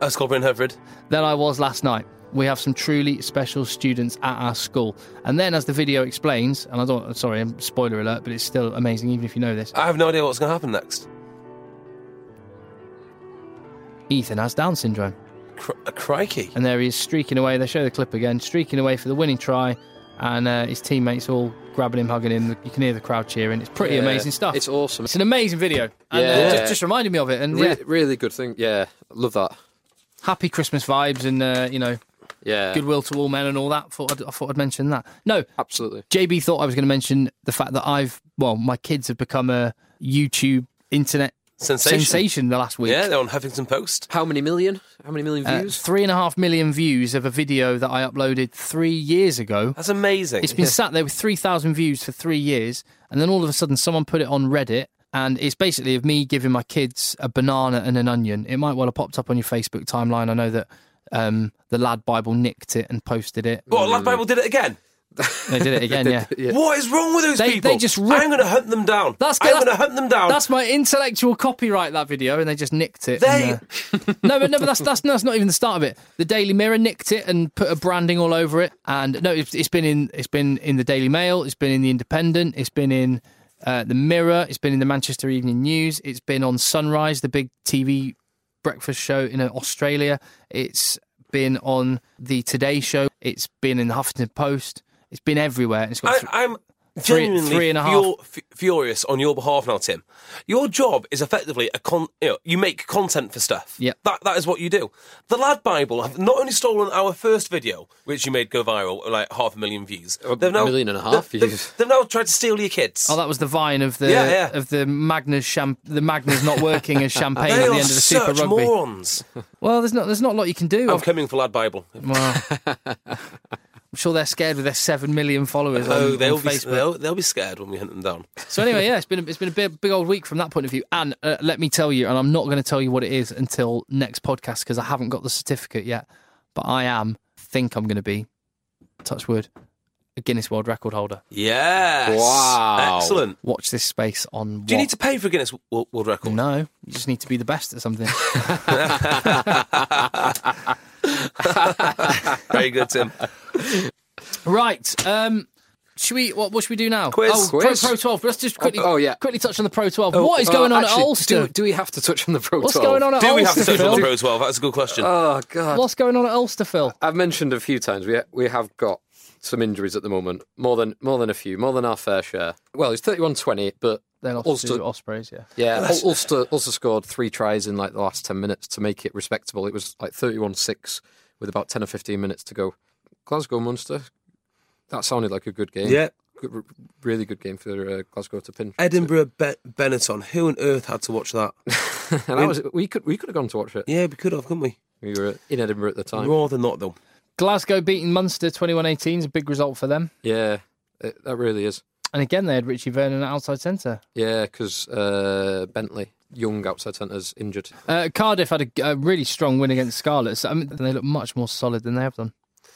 [SPEAKER 3] Ascol Bryn Hefrid.
[SPEAKER 2] than I was last night. We have some truly special students at our school. And then, as the video explains, and I don't, sorry, I'm- spoiler alert, but it's still amazing, even if you know this.
[SPEAKER 3] I have no idea what's going to happen next.
[SPEAKER 2] Ethan has Down syndrome.
[SPEAKER 3] Cr- crikey.
[SPEAKER 2] And there he is streaking away. They show the clip again, streaking away for the winning try. And uh, his teammates all grabbing him, hugging him. You can hear the crowd cheering. It's pretty
[SPEAKER 4] Yeah.
[SPEAKER 2] amazing stuff.
[SPEAKER 4] It's awesome.
[SPEAKER 2] It's an amazing video. And uh,
[SPEAKER 4] Yeah.
[SPEAKER 2] just, just reminded me of it. And
[SPEAKER 4] Re-
[SPEAKER 2] yeah,
[SPEAKER 4] really good thing. Yeah, love that.
[SPEAKER 2] happy Christmas vibes and, uh, you know,
[SPEAKER 4] Yeah,
[SPEAKER 2] goodwill to all men and all that. Thought I'd, I thought I'd mention that. No,
[SPEAKER 4] absolutely.
[SPEAKER 2] JB thought I was going to mention the fact that I've, well, my kids have become a YouTube internet
[SPEAKER 3] Sensation.
[SPEAKER 2] sensation, the last week.
[SPEAKER 3] Yeah, they're on Huffington Post.
[SPEAKER 4] How many million? How many million
[SPEAKER 2] Uh,
[SPEAKER 4] views?
[SPEAKER 2] three and a half million views of a video that I uploaded three years ago.
[SPEAKER 3] That's amazing.
[SPEAKER 2] It's been sat there with 3,000 views for three years. And then all of a sudden, someone put it on Reddit. And it's basically of me giving my kids a banana and an onion. It might well have popped up on your Facebook timeline. I know that um, the Lad Bible nicked it and posted it.
[SPEAKER 3] What, Lad Bible did it again?
[SPEAKER 2] They did it again, yeah.
[SPEAKER 3] What is wrong with those
[SPEAKER 2] They-
[SPEAKER 3] people?
[SPEAKER 2] they just rip-
[SPEAKER 3] I'm going to hunt them down.
[SPEAKER 2] That's
[SPEAKER 3] I'm
[SPEAKER 2] that's-
[SPEAKER 3] going to hunt them down.
[SPEAKER 2] That's my intellectual copyright. That video, and they just nicked it.
[SPEAKER 3] They-
[SPEAKER 2] and, uh, no, but no, but that's that's, that's not even the start of it. The Daily Mirror nicked it and put a branding all over it. And no, it's, it's been in it's been in the Daily Mail. It's been in the Independent. It's been in uh, the Mirror. It's been in the Manchester Evening News. It's been on Sunrise, the big TV breakfast show in uh, Australia. It's been on the Today Show. It's been in the Huffington Post. It's been everywhere. and It's got
[SPEAKER 3] I,
[SPEAKER 2] th-
[SPEAKER 3] I'm
[SPEAKER 2] Three,
[SPEAKER 3] genuinely
[SPEAKER 2] three and a half.
[SPEAKER 3] fur- f- furious on your behalf now, Tim. Your job is effectively a con. You, know, you make content for stuff.
[SPEAKER 2] Yep.
[SPEAKER 3] that that is what you do. The Lad Bible have not only stolen our first video, which you made go viral, with, like half a million views. They've now
[SPEAKER 4] million and a half
[SPEAKER 3] they've- they've-
[SPEAKER 4] views.
[SPEAKER 3] They've, now tried to steal your kids.
[SPEAKER 2] Oh, that was the vine of the
[SPEAKER 3] Yeah, yeah.
[SPEAKER 2] of the Magners champ the Magners not working as champagne at
[SPEAKER 3] they
[SPEAKER 2] the
[SPEAKER 3] are
[SPEAKER 2] end of the Super
[SPEAKER 3] such
[SPEAKER 2] Rugby.
[SPEAKER 3] morons.
[SPEAKER 2] Well, there's not there's not a lot you can do.
[SPEAKER 3] I'm coming for Lad Bible.
[SPEAKER 2] Well, I'm sure they're scared with their seven million followers on-
[SPEAKER 3] Oh,
[SPEAKER 2] on,
[SPEAKER 3] they'll be
[SPEAKER 2] Facebook.
[SPEAKER 3] they'll, they'll be scared when we hunt them down.
[SPEAKER 2] So anyway, yeah, it's been a, it's been a big, big old week from that point of view. And uh, let me tell you, and I'm not going to tell you what it is until next podcast because I haven't got the certificate yet. But I am think I'm going to be touch wood a Guinness World Record holder.
[SPEAKER 3] Yes.
[SPEAKER 4] Wow.
[SPEAKER 3] Excellent.
[SPEAKER 2] Watch this space on.
[SPEAKER 3] Do you
[SPEAKER 2] what-
[SPEAKER 3] need to pay for a Guinness Wo- World Record?
[SPEAKER 2] No, you just need to be the best at something.
[SPEAKER 3] Very good, Tim.
[SPEAKER 2] right. Um, should we? What, what should we do now?
[SPEAKER 3] Quiz.
[SPEAKER 2] Oh,
[SPEAKER 4] Quiz.
[SPEAKER 2] Pro, Pro 12. Let's just quickly.
[SPEAKER 4] Oh, oh, yeah.
[SPEAKER 2] Quickly touch on the Pro 12.
[SPEAKER 4] Oh,
[SPEAKER 2] what is
[SPEAKER 4] uh,
[SPEAKER 2] going on
[SPEAKER 4] actually,
[SPEAKER 2] at Ulster?
[SPEAKER 4] Do, do we have to touch on the Pro
[SPEAKER 2] What's
[SPEAKER 4] 12?
[SPEAKER 2] going on at
[SPEAKER 3] Do
[SPEAKER 2] Ulster?
[SPEAKER 3] we have to touch on the
[SPEAKER 2] Phil?
[SPEAKER 3] Pro 12? That's a good question.
[SPEAKER 4] Oh, God.
[SPEAKER 2] What's going on at Ulster, Phil?
[SPEAKER 4] I've mentioned a few times we we have got some injuries at the moment, more than more than a few, more than our fair share. Well, it's 31-20, but
[SPEAKER 2] They lost
[SPEAKER 4] Ulster,
[SPEAKER 2] to Ospreys. Yeah.
[SPEAKER 4] yeah, Ul- Ulster Ulster scored three tries in like the last 10 minutes to make it respectable. It was like 31-6 with about 10 or 15 minutes to go. Glasgow Munster. That sounded like a good game.
[SPEAKER 3] Yeah.
[SPEAKER 4] Good, r- really good game for uh, Glasgow to pin.
[SPEAKER 3] Edinburgh Be- Benetton. Who on earth had to watch that?
[SPEAKER 4] and that was, we could we could have gone to watch it.
[SPEAKER 3] Yeah, we could have, couldn't we?
[SPEAKER 4] We were in Edinburgh at the time.
[SPEAKER 3] Rather not, though.
[SPEAKER 2] Glasgow beating Munster 21-18 is a big result for them.
[SPEAKER 4] Yeah, it, that really is.
[SPEAKER 2] And again, they had Richie Vernon at outside centre.
[SPEAKER 4] Yeah, because uh, Bentley, young outside centre's injured.
[SPEAKER 2] Uh, Cardiff had a, a really strong win against Scarlets. I mean, they look much more solid than they have done.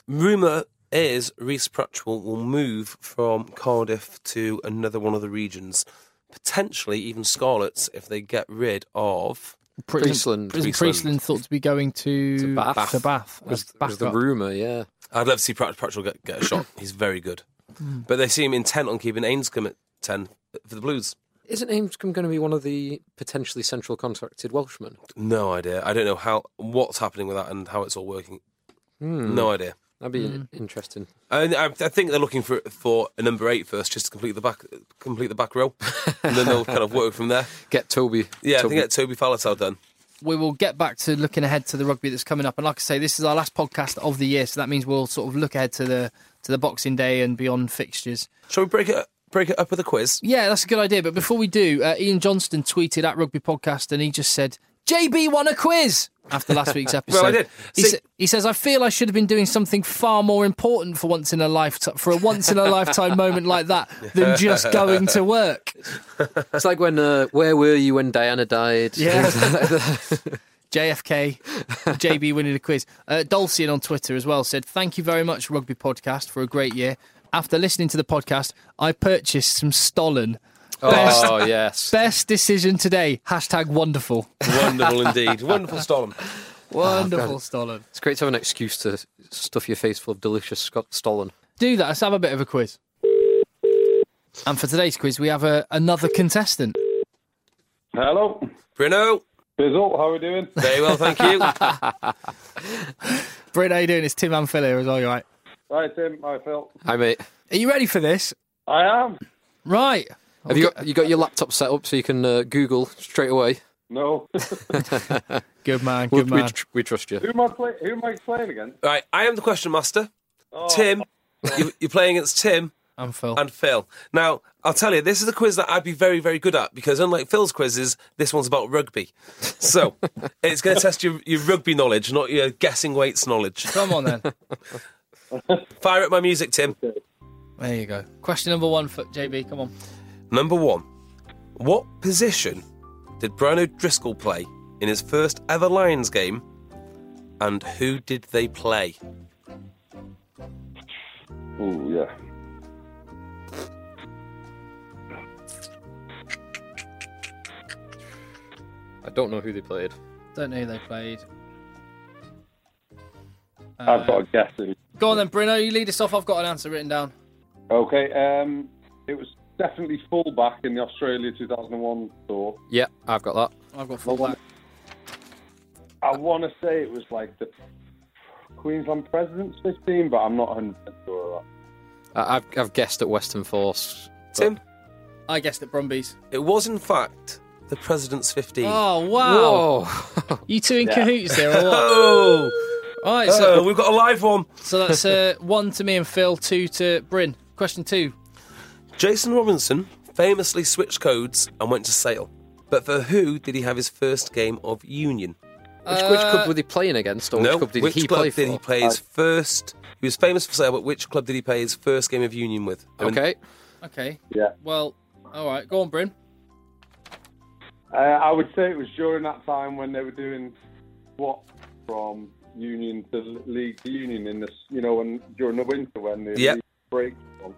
[SPEAKER 3] Rumour is Reese Pratchell will move from Cardiff to another one of the regions, potentially even Scarlets if they get rid of.
[SPEAKER 2] Pri- isn't-
[SPEAKER 4] Priestland.
[SPEAKER 2] isn't
[SPEAKER 3] Priestland.
[SPEAKER 2] Priestland thought to be going to,
[SPEAKER 4] To Bath.
[SPEAKER 2] To Bath.
[SPEAKER 4] Was,
[SPEAKER 2] as
[SPEAKER 4] was the
[SPEAKER 2] backup.
[SPEAKER 4] rumour, yeah.
[SPEAKER 3] I'd love to see Prat- Pratchell get, get a shot. He's very good. But they seem intent on keeping Ainscombe at 10 for the Blues.
[SPEAKER 4] Isn't Amescombe going to be one of the potentially central contracted Welshmen?
[SPEAKER 3] No idea. I don't know how what's happening with that and how it's all working. No idea.
[SPEAKER 4] That'd be
[SPEAKER 2] Hmm.
[SPEAKER 4] in- interesting.
[SPEAKER 3] And I, I think they're looking for for a number eight first, just to complete the back complete the back row, and then they'll kind of work from there.
[SPEAKER 4] Get Toby.
[SPEAKER 3] Yeah,
[SPEAKER 4] Toby.
[SPEAKER 3] I think that's Toby Falatau done.
[SPEAKER 2] we will get back to looking ahead to the rugby that's coming up. And like I say, this is our last podcast of the year, so that means we'll sort of look ahead to the to the Boxing Day and beyond fixtures.
[SPEAKER 3] Shall we break it break it up with a quiz?
[SPEAKER 2] Yeah, that's a good idea. But before we do, uh, Ian Johnston tweeted at Rugby Podcast and he just said, JB won a quiz after last week's episode.
[SPEAKER 3] Well, I did.
[SPEAKER 2] He,
[SPEAKER 3] See-
[SPEAKER 2] sa- he says, I feel I should have been doing something far more important for once in a lifetime, for a once in a lifetime moment like that than just going to work.
[SPEAKER 4] It's like when, uh, where were you when Diana died?
[SPEAKER 2] JFK, JB winning a quiz. Uh, Dulcian on Twitter as well said, Thank you very much, Rugby Podcast, for a great year. After listening to the podcast, I purchased some Stollen. Best,
[SPEAKER 4] oh, yes.
[SPEAKER 2] best decision today. Hashtag wonderful.
[SPEAKER 3] Wonderful indeed. Wonderful Storm.
[SPEAKER 2] Wonderful Stollen.
[SPEAKER 4] It's great to have an excuse to stuff your face full of delicious sco- Stollen.
[SPEAKER 2] Do that. Let's have a bit of a quiz. And for today's quiz, we have a, another contestant.
[SPEAKER 5] Hello,
[SPEAKER 3] Bruno,
[SPEAKER 5] Bizzle, how are we doing?
[SPEAKER 3] very well, thank you.
[SPEAKER 2] Bryn, how you doing? It's Tim and Phil here as well, you all right?
[SPEAKER 5] Hi Tim, hi Phil.
[SPEAKER 4] Hi, mate.
[SPEAKER 2] Are you ready for this?
[SPEAKER 5] I am.
[SPEAKER 2] Right.
[SPEAKER 4] Have you got, you got your laptop set up so you can uh, Google straight away?
[SPEAKER 5] No.
[SPEAKER 2] Good man,
[SPEAKER 4] We,
[SPEAKER 2] good
[SPEAKER 4] we,
[SPEAKER 2] man.
[SPEAKER 4] tr- we trust you.
[SPEAKER 5] who am I play, Who am I playing against?
[SPEAKER 3] right, I am the question master. Tim, you, you're playing against Tim
[SPEAKER 2] I'm Phil.
[SPEAKER 3] and Phil. Now, I'll tell you, this is a quiz that I'd be very, very good at because unlike Phil's quizzes, this one's about rugby. So it's going to test your, your rugby knowledge, not your guessing weights knowledge.
[SPEAKER 2] Come on then.
[SPEAKER 3] Fire up my music, Tim.
[SPEAKER 2] There you go. Question number one for JB. Come on.
[SPEAKER 3] Number one, what position did Bruno Driscoll play in his first ever Lions game, and who did they play?
[SPEAKER 5] Oh yeah.
[SPEAKER 4] I don't know who they played.
[SPEAKER 2] Don't know who they played.
[SPEAKER 5] I've got a guess. who-
[SPEAKER 2] Go on then, Bruno. You lead us off. I've got an answer written down.
[SPEAKER 5] Okay. Um, it was definitely fullback in the Australia 2001 tour.
[SPEAKER 4] Yeah, I've got that.
[SPEAKER 2] I've got fullback.
[SPEAKER 5] I want to say it was like the Queensland Presidents 15, but I'm not 100 percent sure of
[SPEAKER 4] I- I've, I've guessed at Western Force. but-
[SPEAKER 3] Tim,
[SPEAKER 2] I guessed at Brumbies.
[SPEAKER 3] it was in fact the President's 15.
[SPEAKER 2] Oh wow!
[SPEAKER 4] Whoa!
[SPEAKER 2] You two in cahoots there, or what? oh. All right, so
[SPEAKER 3] Uh, we've got a live one.
[SPEAKER 2] so that's uh, one to me and Phil, two to Bryn. Question two.
[SPEAKER 3] Jason Robinson famously switched codes and went to Sale. But for who did he have his first game of union?
[SPEAKER 4] which, which club were they playing against, or which
[SPEAKER 3] no,
[SPEAKER 4] club did
[SPEAKER 3] which
[SPEAKER 4] he
[SPEAKER 3] club
[SPEAKER 4] play
[SPEAKER 3] did
[SPEAKER 4] for?
[SPEAKER 3] he play his first? He was famous for Sale, but which club did he play his first game of union with? I mean,
[SPEAKER 4] Okay,
[SPEAKER 2] Okay.
[SPEAKER 5] Yeah.
[SPEAKER 2] Well, all right. Go on, Bryn.
[SPEAKER 5] Uh, I would say it was during that time when they were doing what from union to l- league to union in this, you know, when during the winter when the
[SPEAKER 3] Yeah.
[SPEAKER 5] league breaks. on.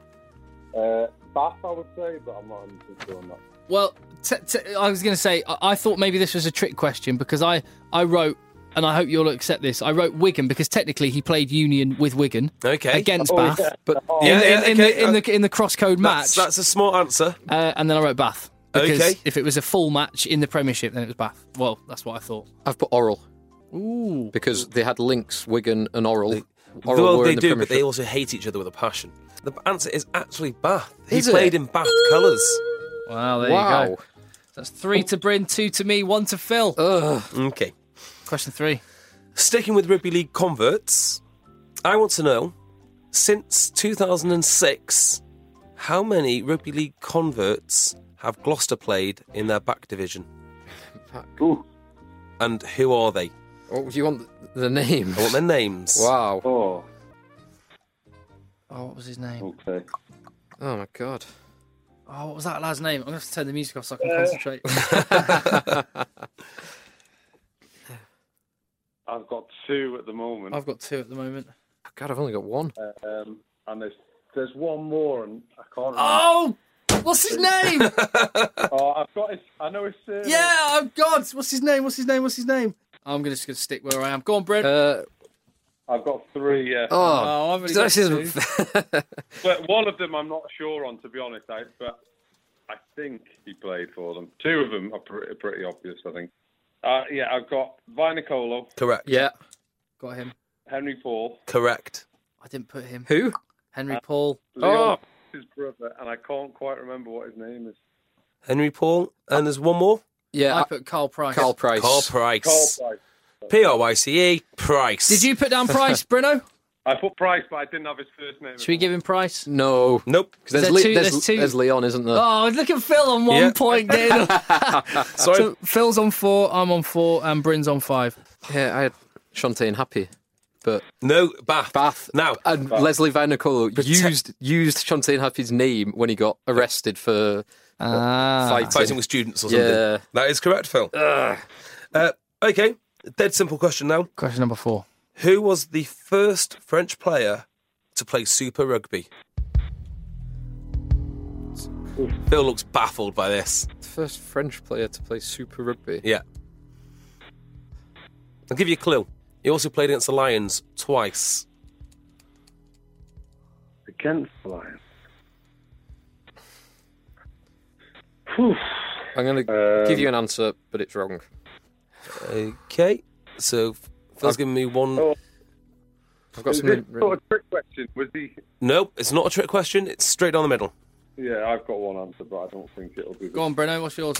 [SPEAKER 5] Uh, Bath, I would say, but I'm not interested sure on that.
[SPEAKER 2] Well, t- t- I was going to say I-, I thought maybe this was a trick question because I I wrote and I hope you'll accept this. I wrote Wigan because technically he played Union with Wigan
[SPEAKER 3] Okay.
[SPEAKER 2] against
[SPEAKER 5] Oh,
[SPEAKER 2] Bath,
[SPEAKER 5] yeah.
[SPEAKER 4] but
[SPEAKER 5] Oh,
[SPEAKER 2] in,
[SPEAKER 3] Yeah, yeah,
[SPEAKER 2] in- in
[SPEAKER 3] okay. uh,
[SPEAKER 2] the in the in the cross code match,
[SPEAKER 3] That's, that's a smart answer.
[SPEAKER 2] uh, and then I wrote Bath. Because
[SPEAKER 3] Okay.
[SPEAKER 2] if it was a full match in the Premiership, then it was Bath. Well, that's what I thought.
[SPEAKER 4] I've put Oral
[SPEAKER 2] Ooh.
[SPEAKER 4] because they had links Wigan and Oral. Oral
[SPEAKER 3] Well,
[SPEAKER 4] were
[SPEAKER 3] they
[SPEAKER 4] in the
[SPEAKER 3] do, but they
[SPEAKER 4] Premiership.
[SPEAKER 3] also hate each other with a passion. The answer is actually Bath. He
[SPEAKER 4] Is it?
[SPEAKER 3] played in Bath colours.
[SPEAKER 2] Wow, there
[SPEAKER 4] wow.
[SPEAKER 2] you go. That's three to Bryn, two to me, one to Phil.
[SPEAKER 3] Okay.
[SPEAKER 2] Question three.
[SPEAKER 3] Sticking with rugby league converts, I want to know since 2006, how many rugby league converts have Gloucester played in their back division,
[SPEAKER 5] Ooh,
[SPEAKER 3] and who are they?
[SPEAKER 4] Oh, do you want the- the name?
[SPEAKER 3] I want their names.
[SPEAKER 4] Wow.
[SPEAKER 5] oh,
[SPEAKER 2] Oh, what was his name?
[SPEAKER 5] okay.
[SPEAKER 4] Oh my god.
[SPEAKER 2] Oh, what was that lad's name? I'm gonna have to turn the music off so I can concentrate.
[SPEAKER 5] I've got two at the moment,
[SPEAKER 2] I've got two at the moment.
[SPEAKER 4] God, I've only got one.
[SPEAKER 5] um, and there's there's one more, and I can't. Remember.
[SPEAKER 2] Oh, what's his name?
[SPEAKER 5] Oh, I've got. His, I know his. Uh,
[SPEAKER 2] yeah, oh God, what's his name? What's his name? What's his name? I'm gonna just gonna stick where I am. Go on, Brent.
[SPEAKER 4] Uh,
[SPEAKER 5] I've got three. Yeah.
[SPEAKER 4] oh,
[SPEAKER 2] oh, I've already got
[SPEAKER 4] this
[SPEAKER 2] two.
[SPEAKER 4] isn't.
[SPEAKER 5] But one of them I'm not sure on, to be honest. I, but I think he played for them. Two of them are pretty, pretty obvious, I think. Uh, yeah, I've got Vinicolo,
[SPEAKER 3] Correct.
[SPEAKER 4] yeah.
[SPEAKER 2] Got him.
[SPEAKER 5] Henry Paul,
[SPEAKER 3] Correct.
[SPEAKER 2] I didn't put him.
[SPEAKER 4] Who?
[SPEAKER 2] Henry Paul.
[SPEAKER 5] Leon,
[SPEAKER 4] Oh.
[SPEAKER 5] his brother, and I can't quite remember what his name is.
[SPEAKER 3] Henry Paul, and there's one more.
[SPEAKER 4] Yeah.
[SPEAKER 2] I put Carl Price.
[SPEAKER 4] Carl Price.
[SPEAKER 3] Carl
[SPEAKER 5] Carl
[SPEAKER 3] Price.
[SPEAKER 5] Price.
[SPEAKER 3] P R Y C E. Price.
[SPEAKER 2] Did you put down Price, Bruno?
[SPEAKER 5] I put Price, but I didn't have his first name.
[SPEAKER 2] Should we give him Price?
[SPEAKER 4] No.
[SPEAKER 3] Nope.
[SPEAKER 4] 'Cause There's,
[SPEAKER 2] there
[SPEAKER 4] Le-
[SPEAKER 2] two-
[SPEAKER 4] there's,
[SPEAKER 2] there's two-
[SPEAKER 4] there's Leon, isn't there?
[SPEAKER 2] Oh, look at Phil on one
[SPEAKER 3] Yeah.
[SPEAKER 2] point. Getting...
[SPEAKER 3] Sorry.
[SPEAKER 2] so Phil's on four, I'm on four, and Bryn's on five.
[SPEAKER 4] Yeah, I had Shantae Happy, but
[SPEAKER 3] no, Bath.
[SPEAKER 4] Bath Ah.
[SPEAKER 3] Now,
[SPEAKER 4] and Leslie Vinicolo used used Shantae Happy's name when he got arrested for fighting.
[SPEAKER 3] fighting with students or something.
[SPEAKER 4] Yeah.
[SPEAKER 3] That is correct, Phil. Uh, okay. Dead simple question now.
[SPEAKER 2] Question number four.
[SPEAKER 3] Who was the first French player to play Super Rugby? Phil looks baffled by this.
[SPEAKER 4] The first French player to play Super Rugby.
[SPEAKER 3] Yeah. I'll give you a clue. He also played against the Lions twice.
[SPEAKER 5] Against the Lions.
[SPEAKER 4] I'm going to give you an answer, but it's wrong.
[SPEAKER 3] Okay. So Phil's giving me one.
[SPEAKER 5] Oh,
[SPEAKER 4] I've got
[SPEAKER 5] is this
[SPEAKER 4] some.
[SPEAKER 5] sort of trick question? Was he?
[SPEAKER 3] Nope, it's not a trick question. It's straight down the middle.
[SPEAKER 5] Yeah, I've got one answer, but I don't think it'll be.
[SPEAKER 2] Go on, Bruno, what's yours?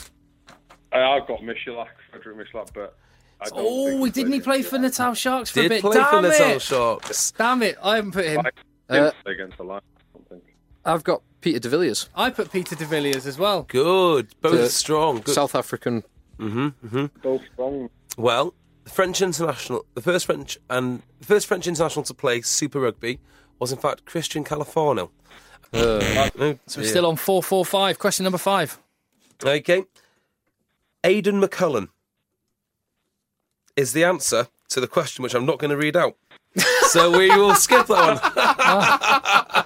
[SPEAKER 5] I, I've got Michalak, Frederick Michalak, but. I don't think
[SPEAKER 2] Oh, didn't he
[SPEAKER 5] against
[SPEAKER 2] play
[SPEAKER 5] the
[SPEAKER 2] for
[SPEAKER 5] Lions.
[SPEAKER 2] Natal Sharks for a
[SPEAKER 3] Did
[SPEAKER 2] bit?
[SPEAKER 3] play
[SPEAKER 2] Damn
[SPEAKER 3] for
[SPEAKER 2] it!
[SPEAKER 3] Natal Sharks.
[SPEAKER 2] Damn it! I haven't put him.
[SPEAKER 5] Didn't
[SPEAKER 4] Uh,
[SPEAKER 5] play against the Lions, I don't think.
[SPEAKER 4] I've got Peter de Villiers,
[SPEAKER 2] I put Peter de Villiers as well.
[SPEAKER 3] Good. Both
[SPEAKER 4] The-
[SPEAKER 3] strong. Good.
[SPEAKER 4] South African.
[SPEAKER 5] Both wrong.
[SPEAKER 3] Well, the French international, the first French and the first French international to play Super Rugby was in fact Christian Califano. Oh,
[SPEAKER 2] So we're still on four, four, five. Question number five.
[SPEAKER 3] okay. Aidan McCullen is the answer to the question, which I'm not going to read out. so we will skip that one.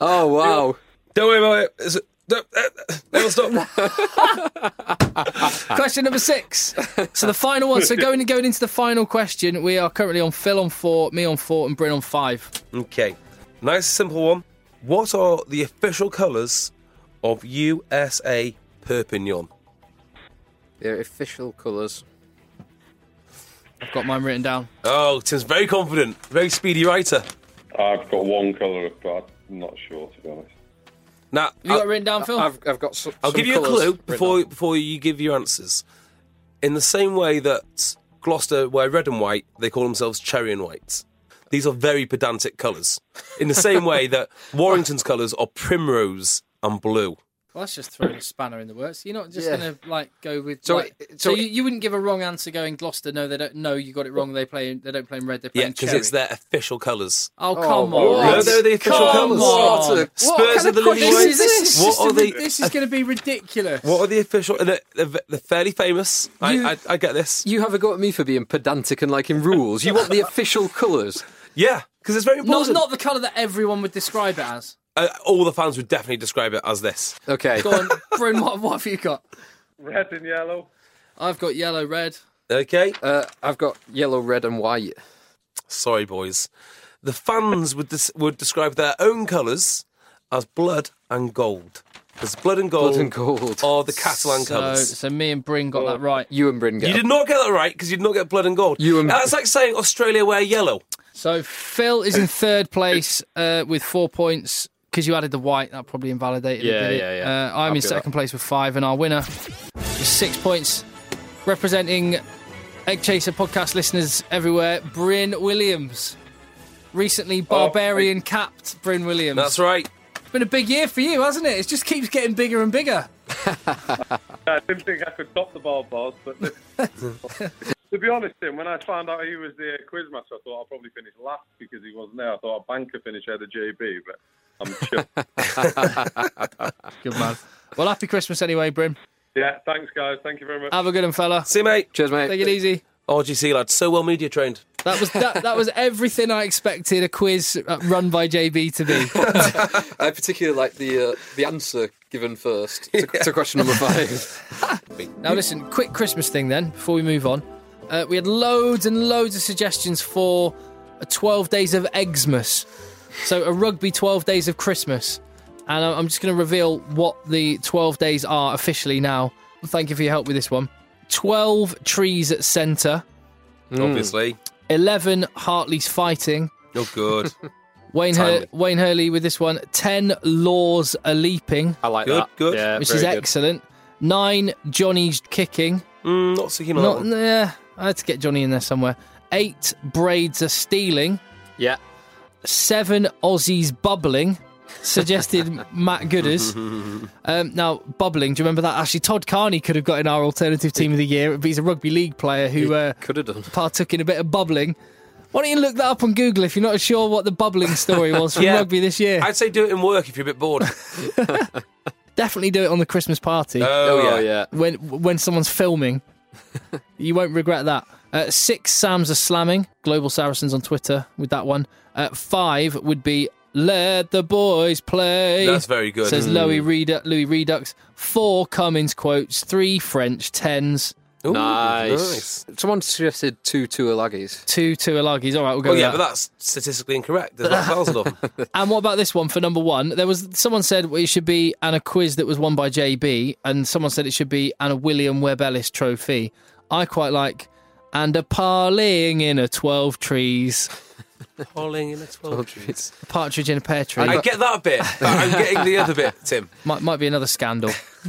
[SPEAKER 4] Oh wow!
[SPEAKER 3] Don't worry about it. It's- don't- eh, It'll stop.
[SPEAKER 2] Question number six. So the final one. So going going into the final question, we are currently on Phil on four, me on four, and Bryn on five.
[SPEAKER 3] Okay. Nice simple one. What are the official colours of USA Perpignan?
[SPEAKER 4] Their official colours.
[SPEAKER 2] I've got mine written down.
[SPEAKER 3] Oh, Tim's very confident, very speedy writer.
[SPEAKER 5] I've got one colour, but I'm not sure to be honest.
[SPEAKER 3] Now,
[SPEAKER 2] You got
[SPEAKER 3] I'll-
[SPEAKER 2] it written down, Phil?
[SPEAKER 4] I've, I've got. s-
[SPEAKER 3] I'll
[SPEAKER 4] some
[SPEAKER 3] give you a
[SPEAKER 4] colours
[SPEAKER 3] clue
[SPEAKER 4] written
[SPEAKER 3] before
[SPEAKER 4] on.
[SPEAKER 3] before you give your answers. In the same way that Gloucester wear red and white, they call themselves cherry and whites. These are very pedantic colours. In the same way that Warrington's colours are primrose and blue.
[SPEAKER 2] Well, that's just throwing a spanner in the works. You're not just
[SPEAKER 4] Yeah.
[SPEAKER 2] going to like go with.
[SPEAKER 4] So
[SPEAKER 2] like-
[SPEAKER 4] it-
[SPEAKER 2] so,
[SPEAKER 4] so
[SPEAKER 2] you,
[SPEAKER 4] it-
[SPEAKER 2] you wouldn't give a wrong answer going Gloucester. No, they don't. No, you got it wrong. They play. They don't play in red. They play
[SPEAKER 3] Yeah,
[SPEAKER 2] in
[SPEAKER 3] because
[SPEAKER 2] cherry.
[SPEAKER 3] it's their official colours.
[SPEAKER 2] Oh come on!
[SPEAKER 4] what?
[SPEAKER 3] No, they're the official
[SPEAKER 2] Come on.
[SPEAKER 3] colours.
[SPEAKER 2] What
[SPEAKER 4] What
[SPEAKER 3] Spurs
[SPEAKER 4] kind
[SPEAKER 3] are
[SPEAKER 4] of
[SPEAKER 3] the living
[SPEAKER 4] question
[SPEAKER 2] This
[SPEAKER 3] whites.
[SPEAKER 2] is, this is,
[SPEAKER 3] What are the
[SPEAKER 2] this is going to be ridiculous.
[SPEAKER 3] What are the official? They're, they're- they're fairly famous.
[SPEAKER 4] You-
[SPEAKER 3] I, I, I get this.
[SPEAKER 4] You have a go at me for being pedantic and liking rules. You want the official colours.
[SPEAKER 3] Yeah, because it's very
[SPEAKER 2] Not,
[SPEAKER 3] important.
[SPEAKER 2] not the colour that everyone would describe it as.
[SPEAKER 3] Uh, all the fans would definitely describe it as this.
[SPEAKER 4] Okay.
[SPEAKER 2] Go on, Bryn. What, what have you got?
[SPEAKER 5] Red and yellow.
[SPEAKER 2] I've got yellow, red.
[SPEAKER 3] Okay.
[SPEAKER 4] Uh, I've got yellow, red, and white.
[SPEAKER 3] Sorry, boys. The fans would des- would describe their own colours as blood and gold. Because blood and gold,
[SPEAKER 4] Blood and gold.
[SPEAKER 3] are the Catalan
[SPEAKER 2] So,
[SPEAKER 3] colours.
[SPEAKER 2] so me and Bryn got that right.
[SPEAKER 4] You and Bryn get
[SPEAKER 3] You did not get that right because you did not get blood and gold.
[SPEAKER 4] You and-
[SPEAKER 3] That's like saying Australia wear yellow.
[SPEAKER 2] So Phil is in third place uh, with four points because you added the white. That probably invalidated
[SPEAKER 4] Yeah,
[SPEAKER 2] it. did it?
[SPEAKER 4] yeah,
[SPEAKER 2] Uh,
[SPEAKER 4] yeah.
[SPEAKER 2] I'm in
[SPEAKER 4] Happy with
[SPEAKER 2] second place with five, and our winner is six points, representing Egg Chaser podcast listeners everywhere. Bryn Williams, recently barbarian capped. Bryn Williams.
[SPEAKER 3] That's right.
[SPEAKER 2] It's been a big year for you, hasn't it? It just keeps getting bigger and bigger.
[SPEAKER 5] I didn't think I could top the ball boss, but to be honest, Tim, when I found out he was the quizmaster, I thought I'd probably finish last because he wasn't there. I thought I'd banker finish ahead of JB, but I'm sure.
[SPEAKER 2] Good man. well, happy Christmas anyway, Bryn.
[SPEAKER 5] yeah, thanks guys. Thank you very much.
[SPEAKER 2] Have a good one, fella.
[SPEAKER 3] See, you, mate.
[SPEAKER 4] Cheers, mate.
[SPEAKER 2] Take it easy.
[SPEAKER 3] RGC lad, so well media trained.
[SPEAKER 2] That was that, that was everything I expected a quiz uh, run by JB to be.
[SPEAKER 4] I particularly like the uh, the answer given first to, to question number five.
[SPEAKER 2] Now, listen, quick Christmas thing then, before we move on. Uh, we had loads and loads of suggestions for a 12 days of Xmas. So, a rugby 12 days of Christmas. And I- I'm just going to reveal what the 12 days are officially now. Thank you for your help with this one. 12 trees at centre,
[SPEAKER 4] Hmm.
[SPEAKER 3] Obviously.
[SPEAKER 2] 11 Hartley's fighting,
[SPEAKER 3] You're good.
[SPEAKER 2] Wayne, Hur-
[SPEAKER 3] Timely.
[SPEAKER 2] Wayne Hurley with this one, 10 laws a leaping,
[SPEAKER 4] I like
[SPEAKER 3] Good,
[SPEAKER 4] that.
[SPEAKER 3] good.
[SPEAKER 4] Yeah,
[SPEAKER 2] which
[SPEAKER 4] very
[SPEAKER 2] is
[SPEAKER 4] good.
[SPEAKER 2] excellent, 9 Johnny's kicking,
[SPEAKER 3] Mm, not so keen on that
[SPEAKER 2] Not
[SPEAKER 3] one.
[SPEAKER 2] there. I had to get Johnny in there somewhere. Eight braids are stealing.
[SPEAKER 4] Yeah.
[SPEAKER 2] Seven Aussies bubbling. Suggested Matt Gooders. Um, now, bubbling, do you remember that? Actually, Todd Carney could have got in our alternative team of the year. He's a rugby league player who uh,
[SPEAKER 4] Could have done.
[SPEAKER 2] partook in a bit of bubbling. Why don't you look that up on Google if you're not sure what the bubbling story was from
[SPEAKER 3] Yeah.
[SPEAKER 2] rugby this year?
[SPEAKER 3] I'd say do it in work if you're a bit bored.
[SPEAKER 2] Definitely do it on the Christmas
[SPEAKER 4] Uh,
[SPEAKER 2] party.
[SPEAKER 3] oh, yeah.
[SPEAKER 2] when when someone's filming. you won't regret that. Uh, six Sams are slamming. Global Saracens on Twitter with that one. Uh, five would be let the boys play.
[SPEAKER 3] That's very good. Mm.
[SPEAKER 2] Says Louis, Redu- Louis Redux. Four Cummins quotes. Three French tens.
[SPEAKER 3] Ooh,
[SPEAKER 4] Nice. Someone suggested two Tua Laggies.
[SPEAKER 2] Two Tuilagis. All right, we'll go.
[SPEAKER 3] Oh,
[SPEAKER 2] with
[SPEAKER 3] yeah,
[SPEAKER 2] that.
[SPEAKER 3] but that's statistically incorrect. There's not thousands of them.
[SPEAKER 2] And what about this one for number one? There was someone said well, it should be and a quiz that was won by JB, and someone said it should be and a William Webb Ellis trophy. I quite like and a parleying in a twelve trees,
[SPEAKER 3] Calling in a 12 trees.
[SPEAKER 2] a partridge in a pear tree.
[SPEAKER 3] I get that bit, but I'm getting the other bit, Tim.
[SPEAKER 2] might might be another scandal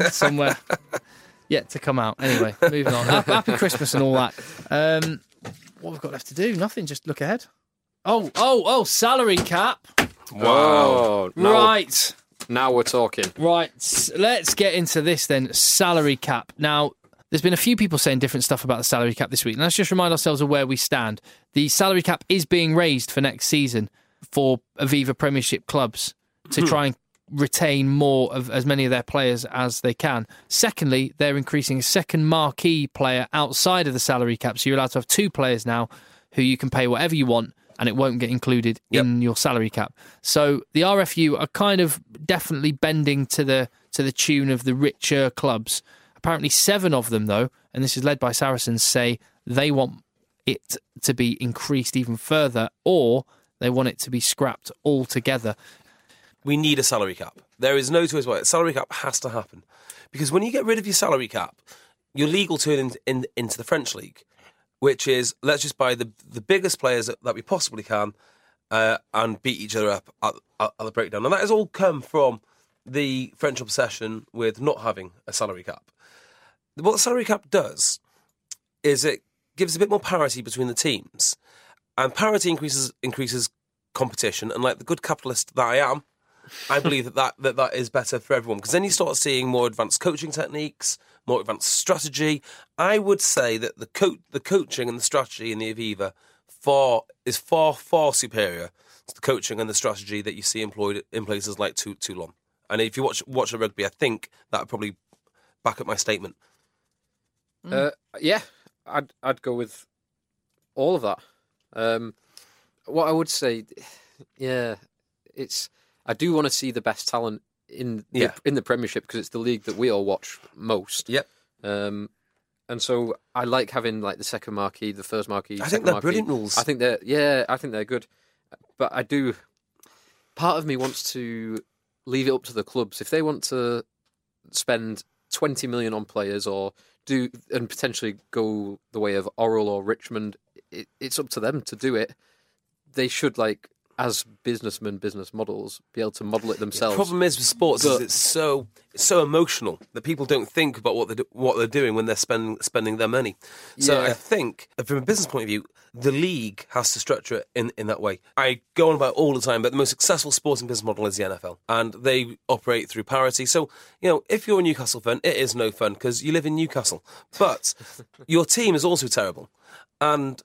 [SPEAKER 2] somewhere yet to come out. Anyway, moving on. Happy, happy Christmas and all that. Um, what we've got left to do? Nothing. Just look ahead. Oh oh oh! Salary cap.
[SPEAKER 4] Wow. Now,
[SPEAKER 2] Right.
[SPEAKER 4] Now we're talking.
[SPEAKER 2] Right, s- let's get into this then. Salary cap. Now, there's been a few people saying different stuff about the salary cap this week. Let's just remind ourselves of where we stand. The salary cap is being raised for next season for Aviva Premiership clubs to try and retain more of as many of their players as they can. Secondly, they're increasing a second marquee player outside of the salary cap. So you're allowed to have two players now who you can pay whatever you want and it won't get included in your salary cap. So the RFU are kind of definitely bending to the to the tune of the richer clubs. Apparently seven of them though, and this is led by Saracens say they want it to be increased even further or they want it to be scrapped altogether.
[SPEAKER 3] We need a salary cap. There is no two ways about it. Salary cap has to happen. Because when you get rid of your salary cap, your league will turn in, in, into the French league. which is let's just buy the the biggest players that, that we possibly can uh, and beat each other up at, at, at the breakdown. And that has all come from the French obsession with not having a salary cap. What the salary cap does is it gives a bit more parity between the teams, and parity increases increases competition. And like the good capitalist that I am, I believe that that, that, that is better for everyone because then you start seeing more advanced coaching techniques, more advanced strategy. I would say that the co- the coaching and the strategy in the Aviva far is far far superior to the coaching and the strategy that you see employed in places like Tou- Toulon. And if you watch watch a rugby, I think that would probably back up my statement.
[SPEAKER 4] Uh, yeah, I'd I'd go with all of that. Um, what I would say, yeah, it's I do want to see the best talent in the,
[SPEAKER 3] Yeah.
[SPEAKER 4] in the Premiership because it's the league that we all watch most.
[SPEAKER 3] Yep.
[SPEAKER 4] Um, and so I like having like the second marquee, the first marquee.
[SPEAKER 3] I think
[SPEAKER 4] second
[SPEAKER 3] they're
[SPEAKER 4] marquee.
[SPEAKER 3] brilliant rules.
[SPEAKER 4] I think they're yeah, I think they're good. But I do. Part of me wants to leave it up to the clubs if they want to spend twenty million on players or do and potentially go the way of Oral or Richmond. It, it's up to them to do it. They should like as businessmen, business models, be able to model it
[SPEAKER 3] The
[SPEAKER 4] themselves.
[SPEAKER 3] problem is with sports is
[SPEAKER 4] But-
[SPEAKER 3] it's so it's so emotional that people don't think about what they do, what they're doing when they're spending spending their money. So
[SPEAKER 4] Yeah.
[SPEAKER 3] I think uh, from a business point of view, the league has to structure it in, in that way. I go on about it all the time, but the most successful sporting business model is the NFL, and they operate through parity. So you know, if you're a Newcastle fan, it is no fun because you live in Newcastle, but your team is also terrible, and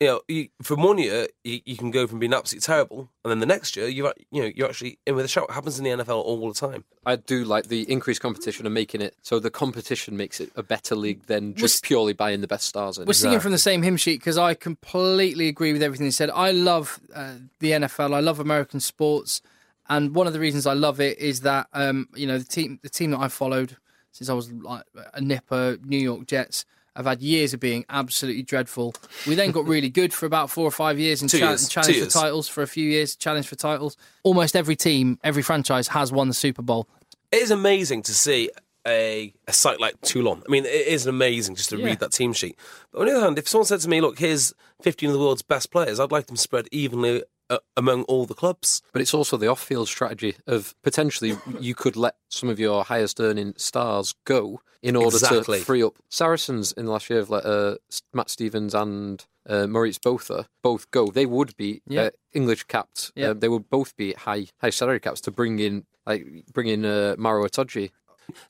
[SPEAKER 3] you know, you, from one year you, you can go from being absolutely terrible, and then the next year you're ac- you know you're actually in with a shout. It happens in the NFL all the time.
[SPEAKER 4] I do like the increased competition and making it so the competition makes it a better league than just purely buying the best stars in.
[SPEAKER 2] We're singing from the same hymn sheet because I completely agree with everything he said. I love uh, the NFL. I love American sports, and one of the reasons I love it is that um, you know the team the team that I followed since I was like a nipper, New York Jets. I've had years of being absolutely dreadful. We then got really good for about four or five years and
[SPEAKER 3] Two
[SPEAKER 2] cha-
[SPEAKER 3] years.
[SPEAKER 2] challenged
[SPEAKER 3] Two
[SPEAKER 2] for
[SPEAKER 3] years.
[SPEAKER 2] titles for a few years. Challenged for titles. Almost every team, every franchise has won the Super Bowl.
[SPEAKER 3] It is amazing to see a, a site like Toulon. I mean, it is amazing just to
[SPEAKER 2] Yeah.
[SPEAKER 3] read that team sheet. But on the other hand, if someone said to me, "Look, here's 15 of the world's best players," I'd like them spread evenly uh, among all the clubs.
[SPEAKER 4] But it's also the off field strategy of potentially you could let some of your highest earning stars go in order
[SPEAKER 3] Exactly.
[SPEAKER 4] to free up. Saracens in the last year have let uh, S- Matt Stevens and uh, Maurice Botha both go. They would be
[SPEAKER 2] Yeah.
[SPEAKER 4] uh, English capped.
[SPEAKER 2] Yeah.
[SPEAKER 4] Uh, they would both be high high salary caps to bring in like bring in uh, Maro Itoje.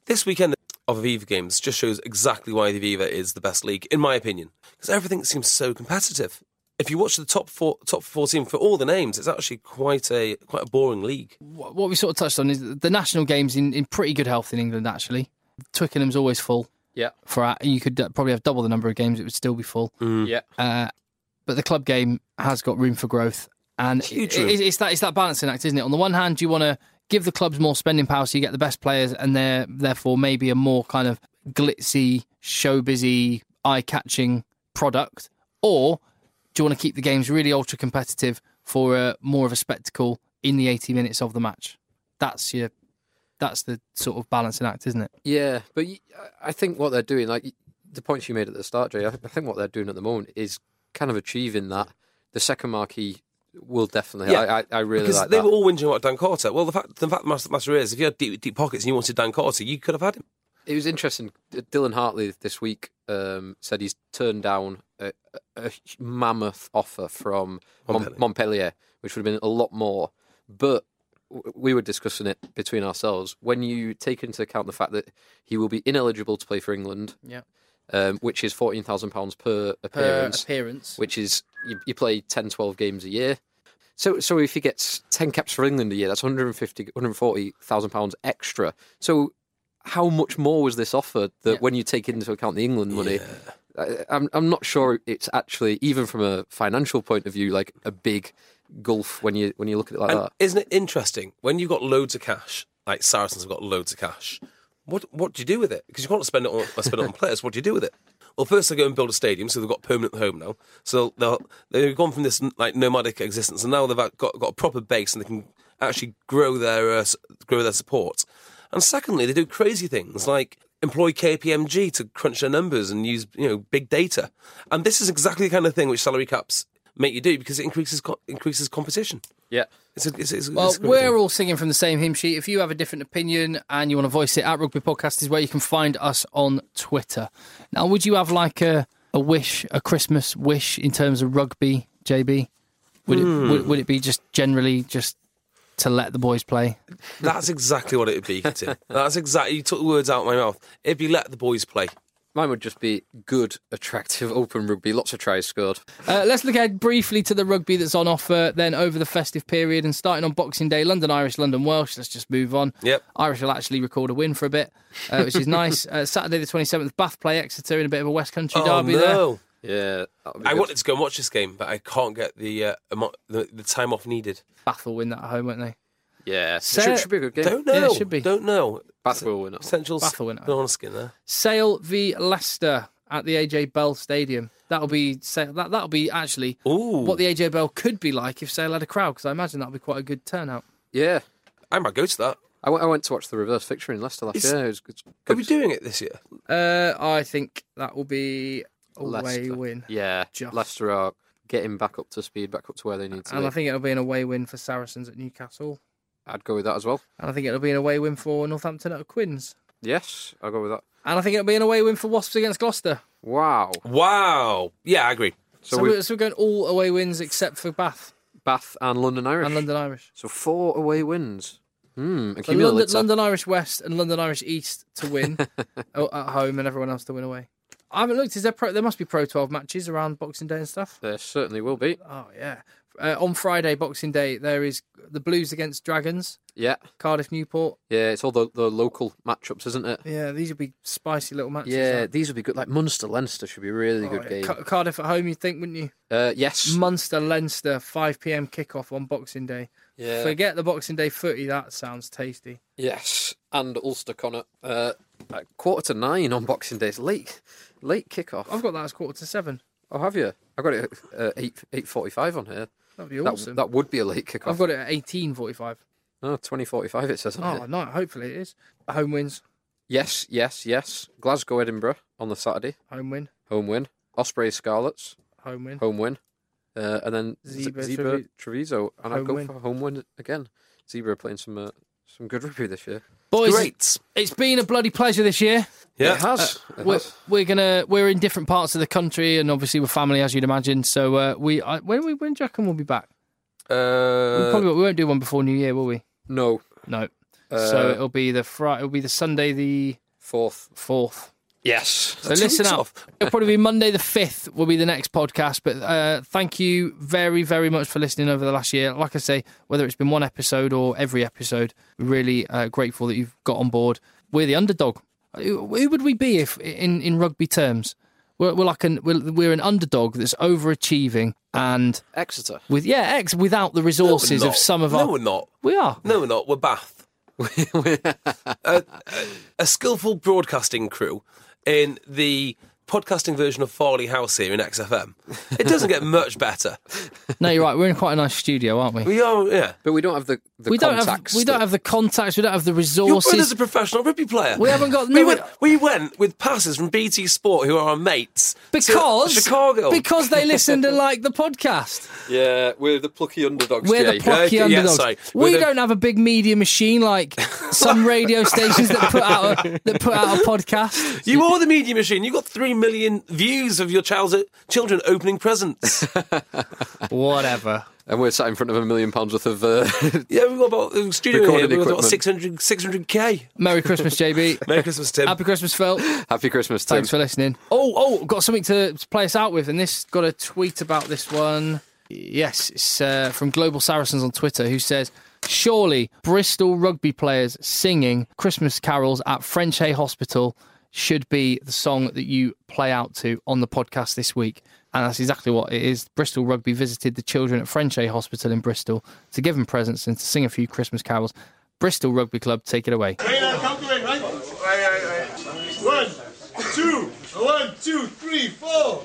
[SPEAKER 3] This weekend of Aviva games just shows exactly why the Aviva is the best league, in my opinion, because everything seems so competitive. If you watch the top four, top fourteen for all the names, it's actually quite a quite a boring league.
[SPEAKER 2] What what we sort of touched on is that the national games in, in pretty good health in England. Actually, Twickenham's always full.
[SPEAKER 4] Yeah,
[SPEAKER 2] for our, you could uh, probably have double the number of games; it would still be full.
[SPEAKER 4] yeah.
[SPEAKER 2] Uh, but the club game has got room for growth, and
[SPEAKER 3] Huge
[SPEAKER 2] it-
[SPEAKER 3] room.
[SPEAKER 2] it's- it's that it's that balancing act, isn't it? On the one hand, you want to give the clubs more spending power, so you get the best players, and they're therefore maybe a more kind of glitzy, show busy, eye catching product, or do you want to keep the games really ultra competitive for a, more of a spectacle in the eighty minutes of the match? That's your that's the sort of balancing act, isn't it?
[SPEAKER 4] Yeah, but y- I- I think what they're doing, like y- the points you made at the start, Jay, I I think what they're doing at the moment is kind of achieving that. The second marquee will definitely.
[SPEAKER 3] Yeah,
[SPEAKER 4] I, I, I really
[SPEAKER 3] Because
[SPEAKER 4] like
[SPEAKER 3] they
[SPEAKER 4] that.
[SPEAKER 3] were all whinging about Dan Carter. Well, the fact the fact of the matter- matter is, if you had deep, deep pockets and you wanted Dan Carter, you could have had him.
[SPEAKER 4] It was interesting. D- Dylan Hartley this week um, said he's turned down a, a mammoth offer from Mon-
[SPEAKER 3] Montpellier.
[SPEAKER 4] Montpellier, which would have been a lot more. But w- we were discussing it between ourselves. When you take into account the fact that he will be ineligible to play for England,
[SPEAKER 2] Yeah.
[SPEAKER 4] um, which is fourteen thousand pounds per appearance,
[SPEAKER 2] appearance.
[SPEAKER 4] which is you, you play 10, 12 games a year. So, so if he gets 10 caps for England a year, that's 150, 140,000 pounds extra. So, how much more was this offered that
[SPEAKER 2] Yeah.
[SPEAKER 4] when you take into account the England money? I, I'm, I'm not sure it's actually, even from a financial point of view, like a big gulf when you when you look at it like
[SPEAKER 3] And
[SPEAKER 4] that.
[SPEAKER 3] isn't it interesting when you've got loads of cash, like Saracens have got loads of cash? What what do you do with it? Because you can't spend it on spend it on players. What do you do with it? Well, first they go and build a stadium, so they've got permanent home now. So they'll, they've gone from this like nomadic existence, and now they've got got a proper base, and they can actually grow their uh, s- grow their support. And secondly, they do crazy things like employ KPMG to crunch their numbers and use you know big data. And this is exactly the kind of thing which salary caps make you do because it increases co- increases competition.
[SPEAKER 4] Yeah.
[SPEAKER 3] It's a, it's, it's,
[SPEAKER 2] Well,
[SPEAKER 3] it's a great
[SPEAKER 2] we're
[SPEAKER 3] thing.
[SPEAKER 2] all singing from the same hymn sheet. If you have a different opinion and you want to voice it at Rugby Podcast, is where you can find us on Twitter. Now, would you have like a, a wish, a Christmas wish in terms of rugby, JB? Would, it, would, would it be just generally just to let the boys play?
[SPEAKER 3] That's exactly what it would be, Tim. That's exactly. You took the words out of my mouth. It'd be let the boys play.
[SPEAKER 4] Mine would just be good, attractive, open rugby. Lots of tries scored.
[SPEAKER 2] Uh, let's look ahead briefly to the rugby that's on offer then over the festive period and starting on Boxing Day, London Irish, London Welsh. Let's just move on.
[SPEAKER 3] Yep.
[SPEAKER 2] Irish will actually record a win for a bit, uh, which is nice. Uh, Saturday the 27th, Bath play Exeter in a bit of a West Country
[SPEAKER 3] Oh
[SPEAKER 2] derby there.
[SPEAKER 3] no!
[SPEAKER 4] Yeah. that would be
[SPEAKER 3] I
[SPEAKER 4] good.
[SPEAKER 3] wanted to go and watch this game, but I can't get the uh, amo- the, the time off needed.
[SPEAKER 2] Bath will win that at home, won't they?
[SPEAKER 4] Yeah.
[SPEAKER 2] Say-
[SPEAKER 4] should, should be a good game.
[SPEAKER 3] Don't know.
[SPEAKER 2] it should be.
[SPEAKER 3] Don't know.
[SPEAKER 4] Bath will win. it.
[SPEAKER 3] Potential
[SPEAKER 2] Bath will win it.
[SPEAKER 3] banana skin there.
[SPEAKER 2] Sale v Leicester at the AJ Bell Stadium. That'll be Sa- that that'll be actually
[SPEAKER 3] Ooh.
[SPEAKER 2] what the AJ Bell could be like if Sale had a crowd because I imagine that'll be quite a good turnout.
[SPEAKER 4] Yeah.
[SPEAKER 3] I might go to that.
[SPEAKER 4] I went, I went to watch the reverse fixture in Leicester last
[SPEAKER 3] It's-
[SPEAKER 4] year. It was good.
[SPEAKER 3] Are we doing it this year?
[SPEAKER 2] Uh, I think that will be away
[SPEAKER 4] Leicester.
[SPEAKER 2] win,
[SPEAKER 4] Yeah.
[SPEAKER 2] Just.
[SPEAKER 4] Leicester are getting back up to speed, back up to where they need to
[SPEAKER 2] and
[SPEAKER 4] be.
[SPEAKER 2] I think it'll be an away win for Saracens at Newcastle,
[SPEAKER 4] I'd go with that as well.
[SPEAKER 2] and I think it'll be an away win for Northampton at Quins,
[SPEAKER 4] Yes, I'll go with that.
[SPEAKER 2] and I think it'll be an away win for Wasps against Gloucester.
[SPEAKER 4] Wow.
[SPEAKER 3] Wow. Yeah, I agree.
[SPEAKER 4] So,
[SPEAKER 2] So,
[SPEAKER 4] we've
[SPEAKER 2] we're, so we're going all away wins except for Bath
[SPEAKER 4] Bath and London Irish.
[SPEAKER 2] and London Irish.
[SPEAKER 4] So four away wins. Hmm.
[SPEAKER 2] So London, London Irish West and London Irish East to win o- at home, and everyone else to win away. I haven't looked. Is there pro, there must be Pro 12 matches around Boxing Day and stuff?
[SPEAKER 4] There certainly will be.
[SPEAKER 2] Oh yeah. Uh, on Friday, Boxing Day, there is the Blues against Dragons,
[SPEAKER 4] Yeah.
[SPEAKER 2] Cardiff Newport.
[SPEAKER 4] Yeah, it's all the, the local matchups, isn't it?
[SPEAKER 2] Yeah, these would be spicy little matches.
[SPEAKER 4] Yeah,
[SPEAKER 2] aren't they?
[SPEAKER 4] these would be good. Like Munster Leinster should be a really
[SPEAKER 2] Oh,
[SPEAKER 4] good
[SPEAKER 2] yeah.
[SPEAKER 4] game.
[SPEAKER 2] Ca- Cardiff at home, you'd think, wouldn't you?
[SPEAKER 4] Uh, yes.
[SPEAKER 2] Munster Leinster, 5 p.m. kickoff on Boxing Day.
[SPEAKER 4] Yeah.
[SPEAKER 2] Forget the Boxing Day footy. That sounds tasty.
[SPEAKER 4] Yes. And Ulster Connor. Uh, at quarter to nine on Boxing Day. It's late. Late kickoff.
[SPEAKER 2] I've got that as quarter to seven.
[SPEAKER 4] oh, have you? I've got it at uh, 8, 8.45 on here.
[SPEAKER 2] That'd be
[SPEAKER 4] That-
[SPEAKER 2] awesome.
[SPEAKER 4] That, would be a late kickoff.
[SPEAKER 2] I've got it at 18:45.
[SPEAKER 4] No, 20.45 it says on
[SPEAKER 2] Oh
[SPEAKER 4] it.
[SPEAKER 2] no! Hopefully it is. Home wins.
[SPEAKER 4] Yes, yes, yes. Glasgow, Edinburgh on the Saturday.
[SPEAKER 2] Home win.
[SPEAKER 4] Home win. Osprey Scarlets.
[SPEAKER 2] Home win.
[SPEAKER 4] home win. Uh, and then Z-
[SPEAKER 2] Zebra,
[SPEAKER 4] Zebra,
[SPEAKER 2] Trevi-
[SPEAKER 4] Treviso, and I'll
[SPEAKER 2] Home
[SPEAKER 4] go
[SPEAKER 2] win.
[SPEAKER 4] for home win again. Zebra are playing some uh, some good rugby this year.
[SPEAKER 2] Boys,
[SPEAKER 3] Great.
[SPEAKER 2] it's been a bloody pleasure this year.
[SPEAKER 3] Yeah.
[SPEAKER 4] It has. It
[SPEAKER 2] We're,
[SPEAKER 4] has.
[SPEAKER 2] we're gonna we're in different parts of the country, and obviously we're family, as you'd imagine. So uh, we I, when we when do you reckon we'll be back? We
[SPEAKER 3] Uh,
[SPEAKER 2] probably we won't do one before New Year, will we?
[SPEAKER 4] No,
[SPEAKER 2] No. so
[SPEAKER 4] Uh,
[SPEAKER 2] it'll be the Friday. It'll be the Sunday the
[SPEAKER 4] fourth.
[SPEAKER 2] fourth.
[SPEAKER 4] Yes.
[SPEAKER 2] So listen
[SPEAKER 3] weeks
[SPEAKER 2] up.
[SPEAKER 3] off.
[SPEAKER 2] It'll probably be Monday the fifth will be the next podcast. But uh, thank you very very much for listening over the last year. Like I say, whether it's been one episode or every episode, really uh, grateful that you've got on board. We're the underdog. Who, who would we be if in in rugby terms? We're, we're like an we're, we're an underdog that's overachieving and
[SPEAKER 4] Exeter.
[SPEAKER 2] with yeah ex without the
[SPEAKER 3] no, we're
[SPEAKER 2] resources of
[SPEAKER 3] not.
[SPEAKER 2] some of
[SPEAKER 3] no,
[SPEAKER 2] our
[SPEAKER 3] we're not.
[SPEAKER 2] we are
[SPEAKER 3] No, we're not. We're Bath. uh, a, a, a skillful broadcasting crew in the podcasting version of Farley House here in XFM. It doesn't get much better.
[SPEAKER 2] no you're right we're in quite a nice studio aren't we
[SPEAKER 3] We are, yeah.
[SPEAKER 4] But we don't have the, the
[SPEAKER 2] we don't have
[SPEAKER 4] contacts.
[SPEAKER 2] we don't
[SPEAKER 4] that-
[SPEAKER 2] have the contacts. We don't have the
[SPEAKER 3] Your brother's
[SPEAKER 2] resources.
[SPEAKER 3] a professional rugby player.
[SPEAKER 2] We haven't got-
[SPEAKER 3] we,
[SPEAKER 2] no,
[SPEAKER 3] went, we went with passes from BT Sport, who are our mates, to
[SPEAKER 2] Because
[SPEAKER 3] Chicago.
[SPEAKER 2] because they listened and liked the podcast.
[SPEAKER 4] Yeah, we're the plucky underdogs.
[SPEAKER 2] We're the
[SPEAKER 4] Jay.
[SPEAKER 2] plucky
[SPEAKER 3] yeah,
[SPEAKER 2] underdogs.
[SPEAKER 3] sorry.
[SPEAKER 2] We
[SPEAKER 3] We're the-
[SPEAKER 2] don't have a big media machine like some radio stations that put out a, that put out a podcast.
[SPEAKER 3] you are the media machine. You got three million views of your child's children opening presents.
[SPEAKER 2] Whatever.
[SPEAKER 4] and we're sat in front of a million pounds worth of. Uh,
[SPEAKER 3] yeah, we've got about the studio
[SPEAKER 4] Recording
[SPEAKER 3] here. We've got about
[SPEAKER 4] equipment.
[SPEAKER 3] 600 600k.
[SPEAKER 2] Merry Christmas, JB.
[SPEAKER 3] Merry Christmas, Tim.
[SPEAKER 2] Happy Christmas, Phil.
[SPEAKER 4] happy Christmas, Tim.
[SPEAKER 2] Thanks for listening. Oh, oh, got something to play us out with, and this got a tweet about this one. Yes, it's uh, from Global Saracens on Twitter, who says, "Surely Bristol rugby players singing Christmas carols at French Hay Hospital should be the song that you play out to on the podcast this week." And that's exactly what it is. Bristol Rugby visited the children at French Hay Hospital in Bristol to give them presents and to sing a few Christmas carols. Bristol Rugby Club, take it away.
[SPEAKER 6] Right now, count away, right? One, two, one, two, three, four.